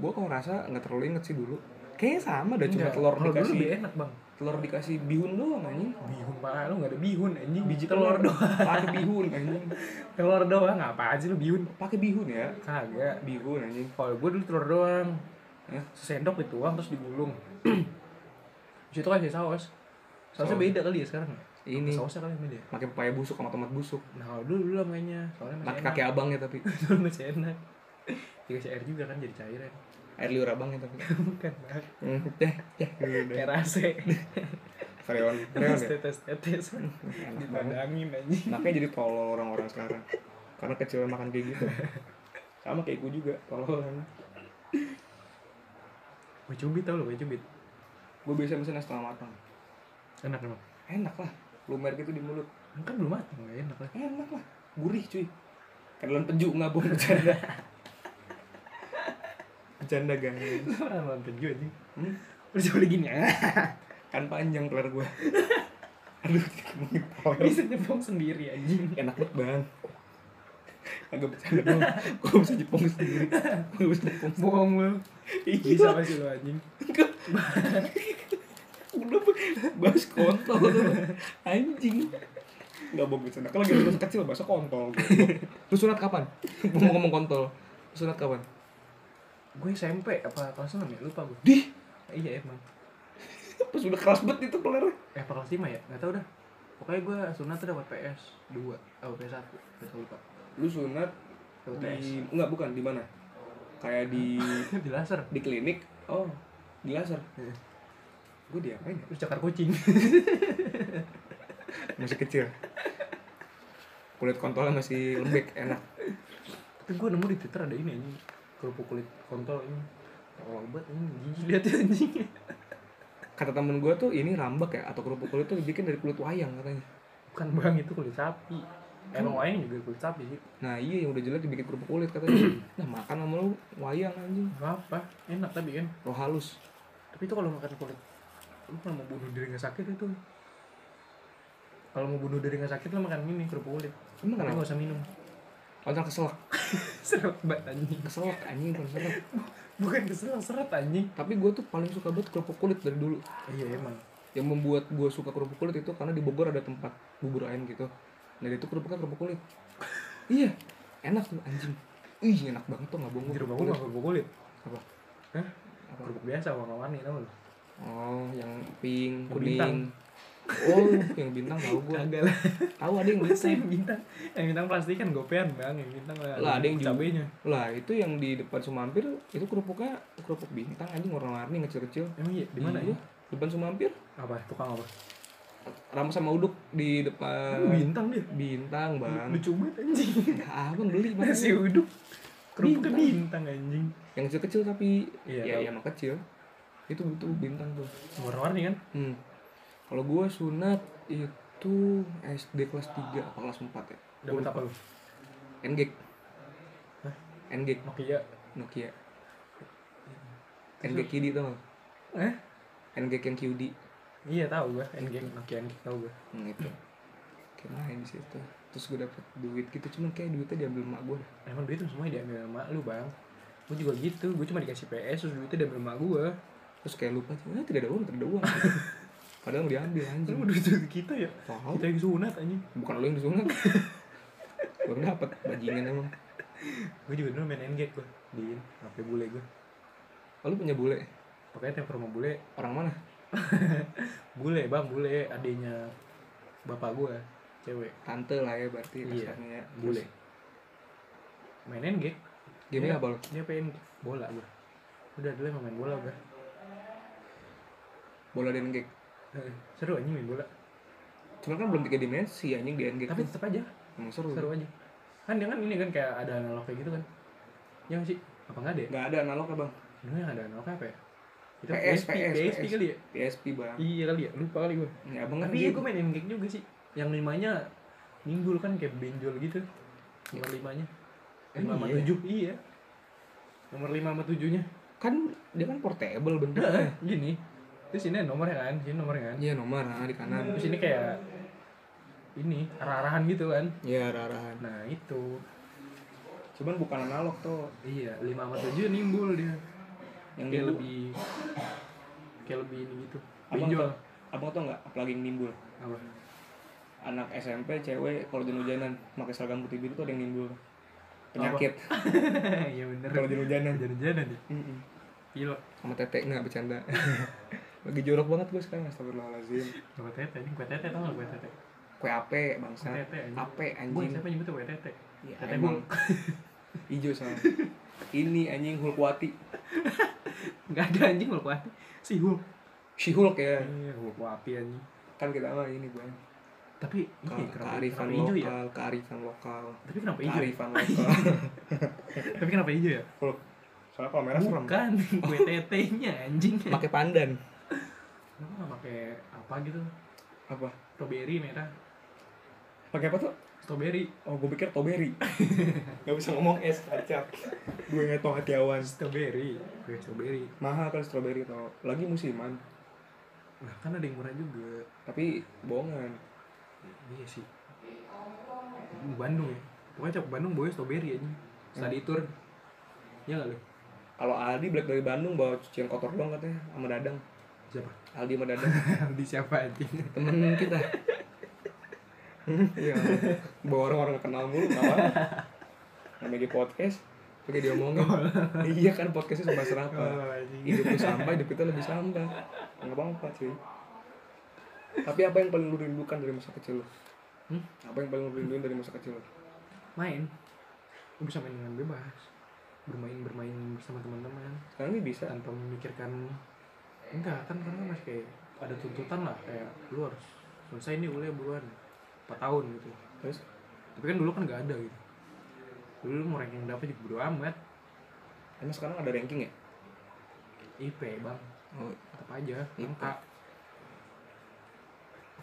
[SPEAKER 2] gua kalau rasa nggak terlalu inget sih dulu kayaknya sama dah cuma
[SPEAKER 1] Enggak,
[SPEAKER 2] telur
[SPEAKER 1] kalau dulu
[SPEAKER 2] dikasih
[SPEAKER 1] lebih enak bang
[SPEAKER 2] telur dikasih bihun doang anjing
[SPEAKER 1] bihun parah lu nggak ada bihun anjing biji telur doang
[SPEAKER 2] pakai bihun anjing
[SPEAKER 1] telur doang apa aja lu bihun
[SPEAKER 2] pakai bihun ya
[SPEAKER 1] kagak
[SPEAKER 2] bihun anjing Ya,
[SPEAKER 1] kalau gue dulu telur doang
[SPEAKER 2] Hah?
[SPEAKER 1] sesendok dituang terus digulung Terus itu kasih saus sausnya
[SPEAKER 2] Saus.
[SPEAKER 1] beda kali ya sekarang ya?
[SPEAKER 2] ini
[SPEAKER 1] sausnya kali yang beda ya?
[SPEAKER 2] pakai pepaya busuk sama tomat busuk
[SPEAKER 1] nah kalau dulu dulu makanya soalnya masih
[SPEAKER 2] pakai
[SPEAKER 1] enak
[SPEAKER 2] kakek abangnya tapi
[SPEAKER 1] dulu masih enak dikasih air juga kan jadi cairan
[SPEAKER 2] air liur abangnya tapi
[SPEAKER 1] bukan bang
[SPEAKER 2] Hmm, teh teh
[SPEAKER 1] kayak rase
[SPEAKER 2] freon freon
[SPEAKER 1] terus
[SPEAKER 2] ya
[SPEAKER 1] tetes tetes
[SPEAKER 2] Enak banget.
[SPEAKER 1] dipadangin anjing
[SPEAKER 2] makanya jadi tolol orang-orang sekarang karena kecil makan kayak gitu sama kayak gue juga tolol
[SPEAKER 1] kue cubit tau lo kue cubit
[SPEAKER 2] gue biasa pesen yang setengah matang
[SPEAKER 1] enak emang
[SPEAKER 2] enak lah lumer gitu di mulut
[SPEAKER 1] kan belum matang gak enak lah
[SPEAKER 2] enak lah gurih cuy kedalam peju nggak bohong bercanda bercanda guys
[SPEAKER 1] orang nonton juga anjing
[SPEAKER 2] Hmm?
[SPEAKER 1] terus boleh gini
[SPEAKER 2] kan panjang kelar gue aduh ngomongin tolol
[SPEAKER 1] bisa nyepong sendiri anjing
[SPEAKER 2] enak banget bang agak bercanda dong gue bisa jepong sendiri gue bisa jepong
[SPEAKER 1] bohong lu
[SPEAKER 2] iya
[SPEAKER 1] bisa pasti lu anjing
[SPEAKER 2] udah bahas kontol anjing nggak bohong bercanda kalau gitu masa kecil bahasa kontol lu sunat kapan mau ngomong kontol lu sunat kapan
[SPEAKER 1] gue SMP apa kelas enam ya lupa gue
[SPEAKER 2] dih
[SPEAKER 1] iya emang
[SPEAKER 2] pas udah keras banget itu peler
[SPEAKER 1] eh apa kelas lima ya nggak tau dah pokoknya gue sunat tuh dapat PS 2 atau PS 1 nggak tau lupa
[SPEAKER 2] lu sunat
[SPEAKER 1] Dapat PS
[SPEAKER 2] di nggak bukan di mana kayak di
[SPEAKER 1] di laser
[SPEAKER 2] di klinik oh di laser
[SPEAKER 1] Iya.
[SPEAKER 2] gue diapain ya?
[SPEAKER 1] terus cakar kucing
[SPEAKER 2] masih kecil kulit kontolnya masih lembek enak
[SPEAKER 1] tapi gue nemu di twitter ada ini anjing kerupuk kulit kontol ini tolong banget ini jijik lihat ya, anjing
[SPEAKER 2] kata temen gue tuh ini rambak ya atau kerupuk kulit tuh dibikin dari kulit wayang katanya
[SPEAKER 1] bukan bang itu kulit sapi emang wayang juga kulit sapi sih
[SPEAKER 2] nah iya yang udah jelek dibikin kerupuk kulit katanya nah makan sama lu wayang anjing
[SPEAKER 1] Nggak apa enak tapi kan
[SPEAKER 2] lo halus
[SPEAKER 1] tapi itu kalau makan kulit lu kalau mau bunuh diri nggak sakit itu kalau mau bunuh diri nggak sakit lu makan ini kerupuk kulit
[SPEAKER 2] emang
[SPEAKER 1] Tapi
[SPEAKER 2] kenapa
[SPEAKER 1] nggak usah minum
[SPEAKER 2] kontol keselak
[SPEAKER 1] seret banget anjing
[SPEAKER 2] keselak anjing bukan keselak
[SPEAKER 1] bukan kesel seret anjing
[SPEAKER 2] tapi gue tuh paling suka banget kerupuk kulit dari dulu
[SPEAKER 1] iya emang
[SPEAKER 2] yang membuat gue suka kerupuk kulit itu karena di Bogor ada tempat bubur ayam gitu nah itu kerupuknya kerupuk kulit iya enak tuh anjing ih enak banget tuh nggak bohong
[SPEAKER 1] di
[SPEAKER 2] gua
[SPEAKER 1] rumah
[SPEAKER 2] kerupuk
[SPEAKER 1] gua
[SPEAKER 2] kulit
[SPEAKER 1] nggak kerupuk kulit
[SPEAKER 2] apa
[SPEAKER 1] Hah?
[SPEAKER 2] apa
[SPEAKER 1] kerupuk biasa warna-warni tau lu
[SPEAKER 2] oh yang
[SPEAKER 1] Yang
[SPEAKER 2] pink kuning
[SPEAKER 1] bintang.
[SPEAKER 2] oh yang bintang tahu gue
[SPEAKER 1] kagak lah
[SPEAKER 2] tahu ada yang
[SPEAKER 1] masa
[SPEAKER 2] bintang
[SPEAKER 1] yang bintang yang bintang plastik kan gopean bang yang bintang lah
[SPEAKER 2] Lah, ada yang juga.
[SPEAKER 1] cabenya
[SPEAKER 2] lah itu yang di depan Sumampir itu kerupuknya kerupuk bintang anjing warna-warni kecil-kecil
[SPEAKER 1] emang iya di mana
[SPEAKER 2] Iya,
[SPEAKER 1] ya
[SPEAKER 2] depan Sumampir
[SPEAKER 1] apa tukang apa
[SPEAKER 2] Rama sama Uduk di
[SPEAKER 1] Lu
[SPEAKER 2] depan
[SPEAKER 1] bintang dia
[SPEAKER 2] bintang bang
[SPEAKER 1] lucu banget anjing
[SPEAKER 2] Nggak, abang beli bang
[SPEAKER 1] masih uduk kerupuknya bintang anjing
[SPEAKER 2] yang kecil-kecil tapi
[SPEAKER 1] Iya,
[SPEAKER 2] ya
[SPEAKER 1] tahu.
[SPEAKER 2] yang kecil itu butuh bintang tuh
[SPEAKER 1] warna-warni kan
[SPEAKER 2] hmm. kalau gua sunat itu SD kelas 3 apa kelas 4 ya
[SPEAKER 1] dapat apa lu
[SPEAKER 2] Engage
[SPEAKER 1] Hah? Iya.
[SPEAKER 2] Engage
[SPEAKER 1] Nokia
[SPEAKER 2] Nokia Engage QD tuh nggak?
[SPEAKER 1] eh
[SPEAKER 2] Engage yang QD
[SPEAKER 1] iya tahu gua N-Gang Nokia N-Gang tahu gua
[SPEAKER 2] hmm, itu kayak main di situ terus gua dapet duit gitu cuman kayak duitnya diambil emak gua dah.
[SPEAKER 1] emang duit lu semuanya diambil sama lu bang gua juga gitu gua cuma dikasih PS terus duitnya diambil sama gua
[SPEAKER 2] terus kayak lupa ah, tidak ada uang tidak ada uang padahal mau diambil anjing
[SPEAKER 1] lu duit duit kita ya
[SPEAKER 2] Tahu.
[SPEAKER 1] kita yang sunat anjing
[SPEAKER 2] bukan lo yang disunat baru dapat bajingan emang
[SPEAKER 1] gue juga dulu main engage gue di HP bule gue
[SPEAKER 2] Oh, lu punya bule
[SPEAKER 1] pokoknya tiap rumah bule
[SPEAKER 2] orang mana
[SPEAKER 1] bule bang bule adiknya bapak gue cewek
[SPEAKER 2] tante lah ya berarti
[SPEAKER 1] Iya,
[SPEAKER 2] kasarnya ya. Terus,
[SPEAKER 1] bule Iya. main engage
[SPEAKER 2] gamenya apa lo
[SPEAKER 1] dia pengen bola gue udah dulu emang main bola gue
[SPEAKER 2] bola dan gag
[SPEAKER 1] seru anjing main bola
[SPEAKER 2] cuman kan belum tiga dimensi anjing di gag
[SPEAKER 1] tapi tetap aja
[SPEAKER 2] emang seru,
[SPEAKER 1] seru aja kan dia kan ini kan kayak ada analog kayak gitu kan ya nggak sih apa nggak ada ya?
[SPEAKER 2] nggak ada analog ya bang
[SPEAKER 1] dulu yang ada analog apa ya itu
[SPEAKER 2] PS,
[SPEAKER 1] PSP
[SPEAKER 2] PS.
[SPEAKER 1] PSP kali ya
[SPEAKER 2] PSP bang
[SPEAKER 1] iya kali ya lupa kali gue
[SPEAKER 2] ya abang kan
[SPEAKER 1] Tapi iya gue main engage juga sih. Yang limanya ninggul kan kayak benjol gitu. Nomor limanya. Eh,
[SPEAKER 2] Iya. Eh,
[SPEAKER 1] nomor
[SPEAKER 2] iya.
[SPEAKER 1] tujuh iya. Nomor lima sama tujuhnya.
[SPEAKER 2] kan dia kan portable
[SPEAKER 1] Nah,
[SPEAKER 2] bentuknya
[SPEAKER 1] gini. terus ini ada nomornya kan sini nomornya kan
[SPEAKER 2] Iya nomor ah, di kanan.
[SPEAKER 1] terus ini kayak ini arah-arahan gitu kan
[SPEAKER 2] Iya arahan.
[SPEAKER 1] nah itu
[SPEAKER 2] Cuman bukan analog tuh.
[SPEAKER 1] iya lima sama tujuh nimbul dia
[SPEAKER 2] Yang
[SPEAKER 1] kayak
[SPEAKER 2] dulu-
[SPEAKER 1] Iya, lebih kayak lebih ini gitu
[SPEAKER 2] Abang
[SPEAKER 1] benjol
[SPEAKER 2] tau- Abang tau nggak apalagi yang nimbul?
[SPEAKER 1] apa
[SPEAKER 2] Anak SMP cewek kalau hujan-hujanan pakai seragam putih biru tuh ada yang nimbul. Penyakit
[SPEAKER 1] iya bener
[SPEAKER 2] kalau hujan-hujanan.
[SPEAKER 1] jalan-jalan ya
[SPEAKER 2] Mm-mm.
[SPEAKER 1] pilok
[SPEAKER 2] Sama tete nggak bercanda. Lagi jorok banget gue sekarang astagfirullahalazim.
[SPEAKER 1] Kue tete, ini kue tete tau gak kue tete?
[SPEAKER 2] Kue ape bangsa.
[SPEAKER 1] Tete anjing.
[SPEAKER 2] Ape
[SPEAKER 1] Gue
[SPEAKER 2] anjing.
[SPEAKER 1] siapa nyebutnya kue tete?
[SPEAKER 2] Ya,
[SPEAKER 1] Tete
[SPEAKER 2] emang.
[SPEAKER 1] Hulk.
[SPEAKER 2] Ijo sama. Ini anjing Hulkwati.
[SPEAKER 1] Gak ada anjing Hulk Wati Si Hulk
[SPEAKER 2] Si Hulk ya.
[SPEAKER 1] Iya Hulk Wati anjing
[SPEAKER 2] Kan kita mah ini Bang.
[SPEAKER 1] Tapi
[SPEAKER 2] Ke-
[SPEAKER 1] ini kenapa,
[SPEAKER 2] kearifan
[SPEAKER 1] kenapa hijau
[SPEAKER 2] lokal,
[SPEAKER 1] ya?
[SPEAKER 2] kearifan lokal.
[SPEAKER 1] Tapi kenapa hijau? ya?
[SPEAKER 2] Kearifan lokal.
[SPEAKER 1] Tapi kenapa hijau ya?
[SPEAKER 2] Hulk. Soalnya kalau merah serem.
[SPEAKER 1] Bukan kue tetenya anjing
[SPEAKER 2] Pakai pandan.
[SPEAKER 1] Kenapa gak pake apa gitu?
[SPEAKER 2] Apa?
[SPEAKER 1] Strawberry merah
[SPEAKER 2] Pakai apa tuh?
[SPEAKER 1] Strawberry
[SPEAKER 2] Oh, gue pikir Toberi. Gak bisa ngomong es kacang. gue nggak tahu hati awan.
[SPEAKER 1] Strawberry Kue strawberry
[SPEAKER 2] Mahal kan strawberry tau. Lagi musiman.
[SPEAKER 1] Nah kan ada yang murah juga
[SPEAKER 2] Tapi bohongan.
[SPEAKER 1] Iya sih Bandung ya Pokoknya cap Bandung bawa strawberry anjing Study tour Iya gak lu?
[SPEAKER 2] Kalau Aldi balik dari Bandung bawa cucian kotor doang katanya sama Dadang.
[SPEAKER 1] Siapa?
[SPEAKER 2] Aldi sama Dadang.
[SPEAKER 1] Di siapa anjing?
[SPEAKER 2] Temen kita. Iya. bawa orang-orang kenal mulu kawan. Namanya di podcast. Pakai diomongin. iya kan podcastnya sama serapa. hidup lu sampah hidup kita lebih sampah nggak apa-apa cuy tapi apa yang paling lu rindukan dari masa kecil lu
[SPEAKER 1] Hmm?
[SPEAKER 2] apa yang paling lu rinduin dari masa kecil lu
[SPEAKER 1] main Lu bisa main dengan bebas bermain bermain bersama teman-teman
[SPEAKER 2] sekarang ini bisa
[SPEAKER 1] tanpa memikirkan enggak kan karena masih kayak ada tuntutan lah kayak lu harus selesai nih kuliah buruan 4 tahun gitu
[SPEAKER 2] terus
[SPEAKER 1] tapi kan dulu kan nggak ada gitu dulu lu mau ranking berapa juga bodo amat
[SPEAKER 2] emang sekarang ada ranking ya
[SPEAKER 1] IP bang
[SPEAKER 2] oh,
[SPEAKER 1] tetap aja
[SPEAKER 2] IP.
[SPEAKER 1] angka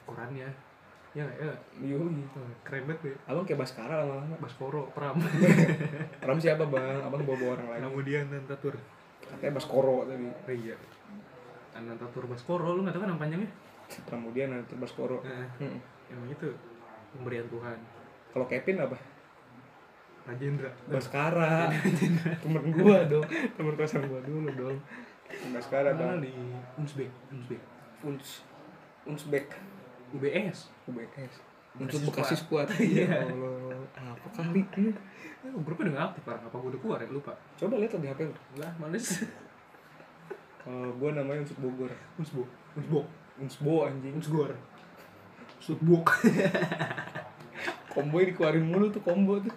[SPEAKER 1] ukurannya ya nggak, ya nggak?
[SPEAKER 2] yoi
[SPEAKER 1] Hmm, keren banget gue
[SPEAKER 2] abang kayak Baskara lama-lama
[SPEAKER 1] Baskoro Pram
[SPEAKER 2] Ram siapa bang abang bawa bawa orang lain
[SPEAKER 1] kemudian Nanta Tur
[SPEAKER 2] katanya Baskoro tadi
[SPEAKER 1] Reja Nanta Tur Baskoro lu nggak tahu kan nama panjangnya
[SPEAKER 2] kemudian nanti Baskoro
[SPEAKER 1] Heeh.
[SPEAKER 2] Mm-mm.
[SPEAKER 1] Emang itu pemberian Tuhan.
[SPEAKER 2] kalau Kevin apa
[SPEAKER 1] Rajendra.
[SPEAKER 2] Baskara temen gua dong temen kosan gua dulu dong Baskara
[SPEAKER 1] Mana di
[SPEAKER 2] bang
[SPEAKER 1] Unsbek, Unsbek.
[SPEAKER 2] Uns Unsbek
[SPEAKER 1] UBS.
[SPEAKER 2] UBKS
[SPEAKER 1] Untuk
[SPEAKER 2] untuk
[SPEAKER 1] Bekasi
[SPEAKER 2] Bekasi Squad ya Allah apa kali ini
[SPEAKER 1] Eh, grupnya udah nggak aktif parah. Apa gue udah keluar ya? Lupa.
[SPEAKER 2] coba lihat tuh di HP lu
[SPEAKER 1] Lah, males.
[SPEAKER 2] kalau gue namanya Unsut Bogor
[SPEAKER 1] Unsbok, Unsbok,
[SPEAKER 2] Unsbo anjing
[SPEAKER 1] Unsgor. Sutbok.
[SPEAKER 2] komboy dikeluarin mulu tuh combo tuh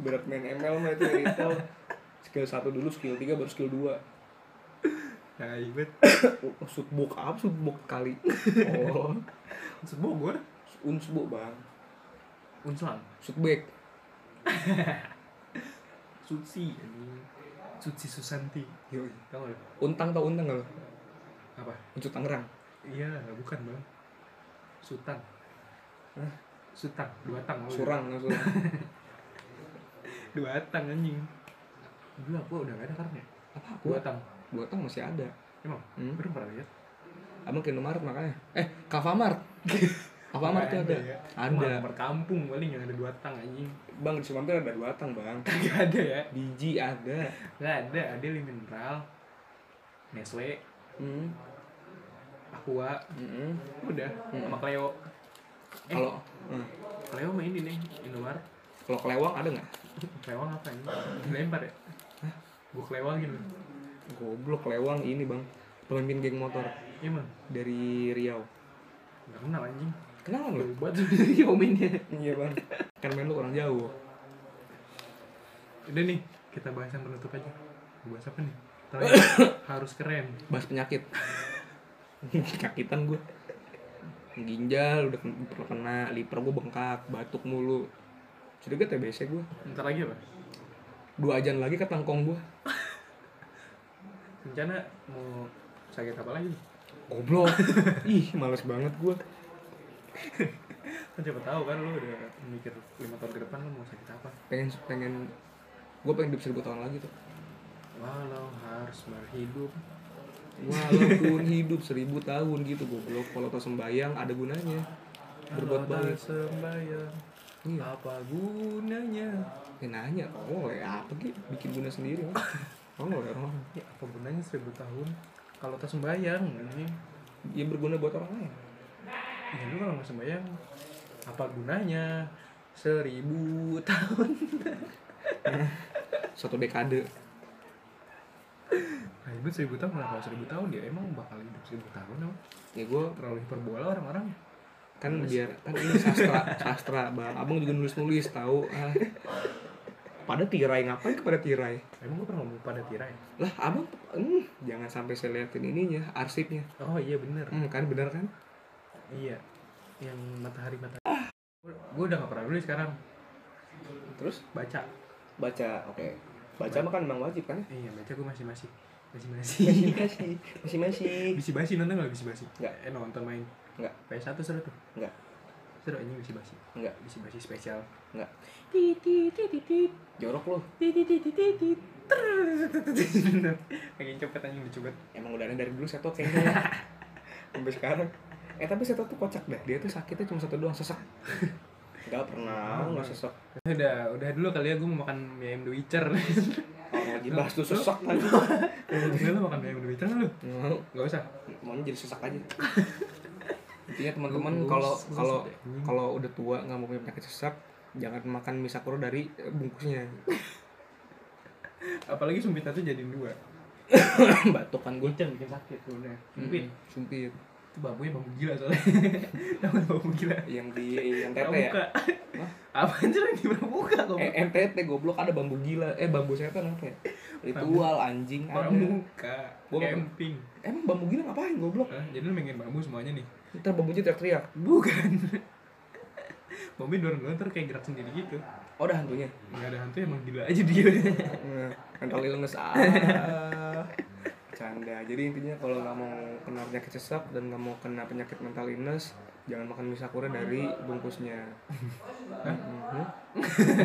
[SPEAKER 2] berat main ML mah itu retail skill 1 dulu skill 3 baru skill 2
[SPEAKER 1] Ya, ibet.
[SPEAKER 2] Sutbok apa Sutbok kali oh
[SPEAKER 1] Unsbogor,
[SPEAKER 2] Unsbo bang
[SPEAKER 1] Unslang,
[SPEAKER 2] Sutbek
[SPEAKER 1] Sutsi, anjing. Sutsi Susanti.
[SPEAKER 2] Yoi.
[SPEAKER 1] Tahu nggak?
[SPEAKER 2] Untang tau Untang gak lo?
[SPEAKER 1] Apa?
[SPEAKER 2] Unsut Tangerang
[SPEAKER 1] Iya, bukan bang. Sutan.
[SPEAKER 2] Hah?
[SPEAKER 1] Sutan, dua tang. oh,
[SPEAKER 2] Surang gak Surang
[SPEAKER 1] Dua tang anjing. Dulu aku udah nggak ada karena ya.
[SPEAKER 2] apa aku?
[SPEAKER 1] Dua tang.
[SPEAKER 2] Gua tang masih ada
[SPEAKER 1] Emang?
[SPEAKER 2] Hmm.
[SPEAKER 1] Belum pernah lihat.
[SPEAKER 2] Abang ke Indomaret makanya Eh Kavamart Kavamart tuh ada iya.
[SPEAKER 1] ya.
[SPEAKER 2] Ada
[SPEAKER 1] Kamar kampung paling yang ada dua tang anjing.
[SPEAKER 2] Bang di Sumampir ada dua tang bang
[SPEAKER 1] Kagak ada ya.
[SPEAKER 2] Biji ada
[SPEAKER 1] Enggak ada, ada li mineral. Nestle,
[SPEAKER 2] hmm.
[SPEAKER 1] Aqua,
[SPEAKER 2] Mm-mm.
[SPEAKER 1] udah sama Cleo. Eh.
[SPEAKER 2] Kalau eh,
[SPEAKER 1] Cleo mah ini nih, Indomaret.
[SPEAKER 2] kalau kelewang ada nggak?
[SPEAKER 1] Cleo apa ini? Dilempar ya? Gue kelewangin lu.
[SPEAKER 2] Goblok kelewang ini bang Pemimpin geng motor
[SPEAKER 1] Emang
[SPEAKER 2] Dari Riau
[SPEAKER 1] enggak Iya, kenal anjing.
[SPEAKER 2] Kenalan lo?
[SPEAKER 1] Jauh banget dari komennya.
[SPEAKER 2] Iya bang Kan main lu orang jauh
[SPEAKER 1] Udah nih, kita bahas yang penutup aja. Gua bahas apa nih? Terakhir, harus keren.
[SPEAKER 2] Bahas penyakit Penyakitan gue Ginjal udah ken- pernah kena Liver gue bengkak Batuk mulu gitu ya Curiga TBC gue
[SPEAKER 1] Ntar lagi apa?
[SPEAKER 2] Dua ajan lagi ke tangkong gue
[SPEAKER 1] Rencana mau sakit apa lagi?
[SPEAKER 2] Goblok Ih males banget gue
[SPEAKER 1] Kan siapa tahu kan lu udah mikir lima tahun ke depan lu mau sakit apa?
[SPEAKER 2] pengen pengen gue pengen hidup seribu tahun lagi tuh
[SPEAKER 1] Walau harus berhidup
[SPEAKER 2] walaupun hidup seribu tahun gitu goblok kalau tak sembayang ada gunanya berbuat baik
[SPEAKER 1] sembayang
[SPEAKER 2] iya
[SPEAKER 1] apa gunanya
[SPEAKER 2] ya nanya kamu oleh apa sih bikin guna sendiri kamu oleh orang
[SPEAKER 1] ya apa gunanya seribu tahun kalau tak sembayang
[SPEAKER 2] ya berguna buat orang lain
[SPEAKER 1] ya lu kalau nggak sembayang apa gunanya seribu tahun
[SPEAKER 2] satu dekade
[SPEAKER 1] nah itu seribu tahun kenapa seribu tahun dia emang bakal hidup seribu tahun emang
[SPEAKER 2] ya gue
[SPEAKER 1] terlalu hiperbola orang-orang
[SPEAKER 2] kan biar kan ini sastra sastra bang abang juga nulis nulis tahu ah. pada tirai ngapain kepada tirai
[SPEAKER 1] emang gue pernah ngomong pada tirai
[SPEAKER 2] lah abang hmm, jangan sampai saya liatin ininya arsipnya
[SPEAKER 1] oh iya bener
[SPEAKER 2] hmm, kan bener kan
[SPEAKER 1] iya yang matahari matahari gue udah gak pernah nulis sekarang
[SPEAKER 2] terus
[SPEAKER 1] baca
[SPEAKER 2] baca oke baca mah kan memang wajib kan
[SPEAKER 1] iya baca gue masih masih masih
[SPEAKER 2] masih
[SPEAKER 1] masih
[SPEAKER 2] masih masih masih
[SPEAKER 1] bisi basi nonton gak bisi basi
[SPEAKER 2] Nggak.
[SPEAKER 1] eh nonton main
[SPEAKER 2] Nggak.
[SPEAKER 1] PS1 seru tuh
[SPEAKER 2] Nggak.
[SPEAKER 1] seru ini bisi basi
[SPEAKER 2] Nggak.
[SPEAKER 1] bisi basi spesial
[SPEAKER 2] Nggak.
[SPEAKER 1] Tit, tit, tit, tit, tit.
[SPEAKER 2] jorok loh
[SPEAKER 1] Tit, tit, tit, tit, tit. Trrrr. Lagi copet anjing dicopet.
[SPEAKER 2] emang udah ada dari dulu setot kayaknya ya. sampai sekarang eh tapi setot tuh kocak dah dia tuh sakitnya cuma satu doang sesak nggak pernah nggak sesak
[SPEAKER 1] Udah, udah dulu kali ya gue mau makan mie ayam The Witcher.
[SPEAKER 2] orang lagi bahas tuh sesak tadi
[SPEAKER 1] Enggak lu makan mie ayam The Witcher nggak lu?
[SPEAKER 2] mau
[SPEAKER 1] Gak usah.
[SPEAKER 2] maunya jadi sesak aja intinya teman-teman
[SPEAKER 1] Lu- lu
[SPEAKER 2] kalau
[SPEAKER 1] sesak ya? Hmm.
[SPEAKER 2] kalau
[SPEAKER 1] deh, anjing.
[SPEAKER 2] kalau udah tua nggak mau punya penyakit sesak jangan makan mie sakura dari eh, bungkusnya
[SPEAKER 1] Apalagi sumpit satu jadiin dua.
[SPEAKER 2] batuk kan gue
[SPEAKER 1] Itu yang bikin sakit sebenarnya. Sumpit.
[SPEAKER 2] Mm, sumpit
[SPEAKER 1] Itu babunya babu gila soalnya. Namanya babu gila.
[SPEAKER 2] yang di NTT ya
[SPEAKER 1] Pramuka.
[SPEAKER 2] Hah?
[SPEAKER 1] Apa anjir yang di pramuka kok?
[SPEAKER 2] eh, NTT goblok ada bambu gila eh bambu setan apa ya ritual anjing ada
[SPEAKER 1] Pramuka.
[SPEAKER 2] Gua nggak-
[SPEAKER 1] Camping.
[SPEAKER 2] emang bambu gila ngapain goblok
[SPEAKER 1] Hah? Jadi lu mainin bambu semuanya nih.
[SPEAKER 2] ntar bambunya teriak-teriak
[SPEAKER 1] Bukan. Bambu dorong-dorong terus kayak gerak sendiri gitu.
[SPEAKER 2] oh ada hantunya
[SPEAKER 1] Enggak ada hantu emang gila aja dia.
[SPEAKER 2] Nah, mental illness ah canda jadi intinya kalau nggak mau kena penyakit sesak dan nggak mau kena penyakit mental illness jangan makan mie sakura dari bungkusnya Mhm.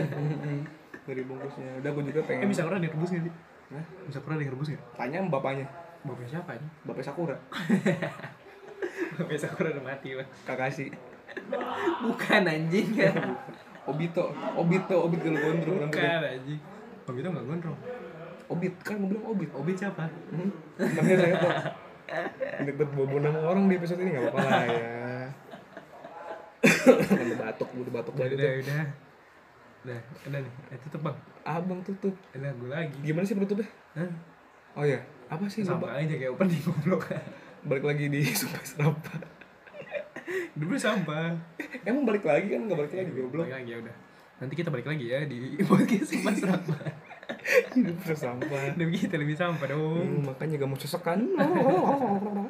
[SPEAKER 2] dari bungkusnya udah gue juga
[SPEAKER 1] Eh
[SPEAKER 2] pengen
[SPEAKER 1] bisa pernah direbus nggak sih?
[SPEAKER 2] Hah?
[SPEAKER 1] Bisa pernah direbus nggak?
[SPEAKER 2] tanya sama bapaknya
[SPEAKER 1] Bapak siapa ini?
[SPEAKER 2] bapak sakura
[SPEAKER 1] Bapak Sakura udah mati lah.
[SPEAKER 2] kakashi
[SPEAKER 1] Bukan anjing ya.
[SPEAKER 2] obito obito obit dulu gondrong orang
[SPEAKER 1] Bukan anjing. Bapak itu nggak gondrong.
[SPEAKER 2] gede. obit kan gue bilang obit
[SPEAKER 1] Obit siapa?
[SPEAKER 2] Hmm, namanya saya tuh deket bobo nama orang di episode ini nggak apa-apa lah ya udah batuk udah batuk
[SPEAKER 1] Udah,
[SPEAKER 2] banget
[SPEAKER 1] udah,
[SPEAKER 2] tuh.
[SPEAKER 1] udah. Udah, udah nih. Eh, tutup bang.
[SPEAKER 2] abang tutup
[SPEAKER 1] Udah, gue lagi.
[SPEAKER 2] gimana sih penutupnya
[SPEAKER 1] Hah?
[SPEAKER 2] oh ya apa sih lupa?
[SPEAKER 1] Sama aja kayak opening goblok.
[SPEAKER 2] balik lagi di sumpah serapa
[SPEAKER 1] Dulu sampah.
[SPEAKER 2] emang balik lagi kan nggak balik lagi goblok
[SPEAKER 1] Balik lagi ya udah. Nanti kita balik lagi ya di podcast Mas Rahma.
[SPEAKER 2] hidup tersampah
[SPEAKER 1] Iya.
[SPEAKER 2] Hmm,
[SPEAKER 1] Demi kita lebih sampah dong.
[SPEAKER 2] makanya gak mau sesekan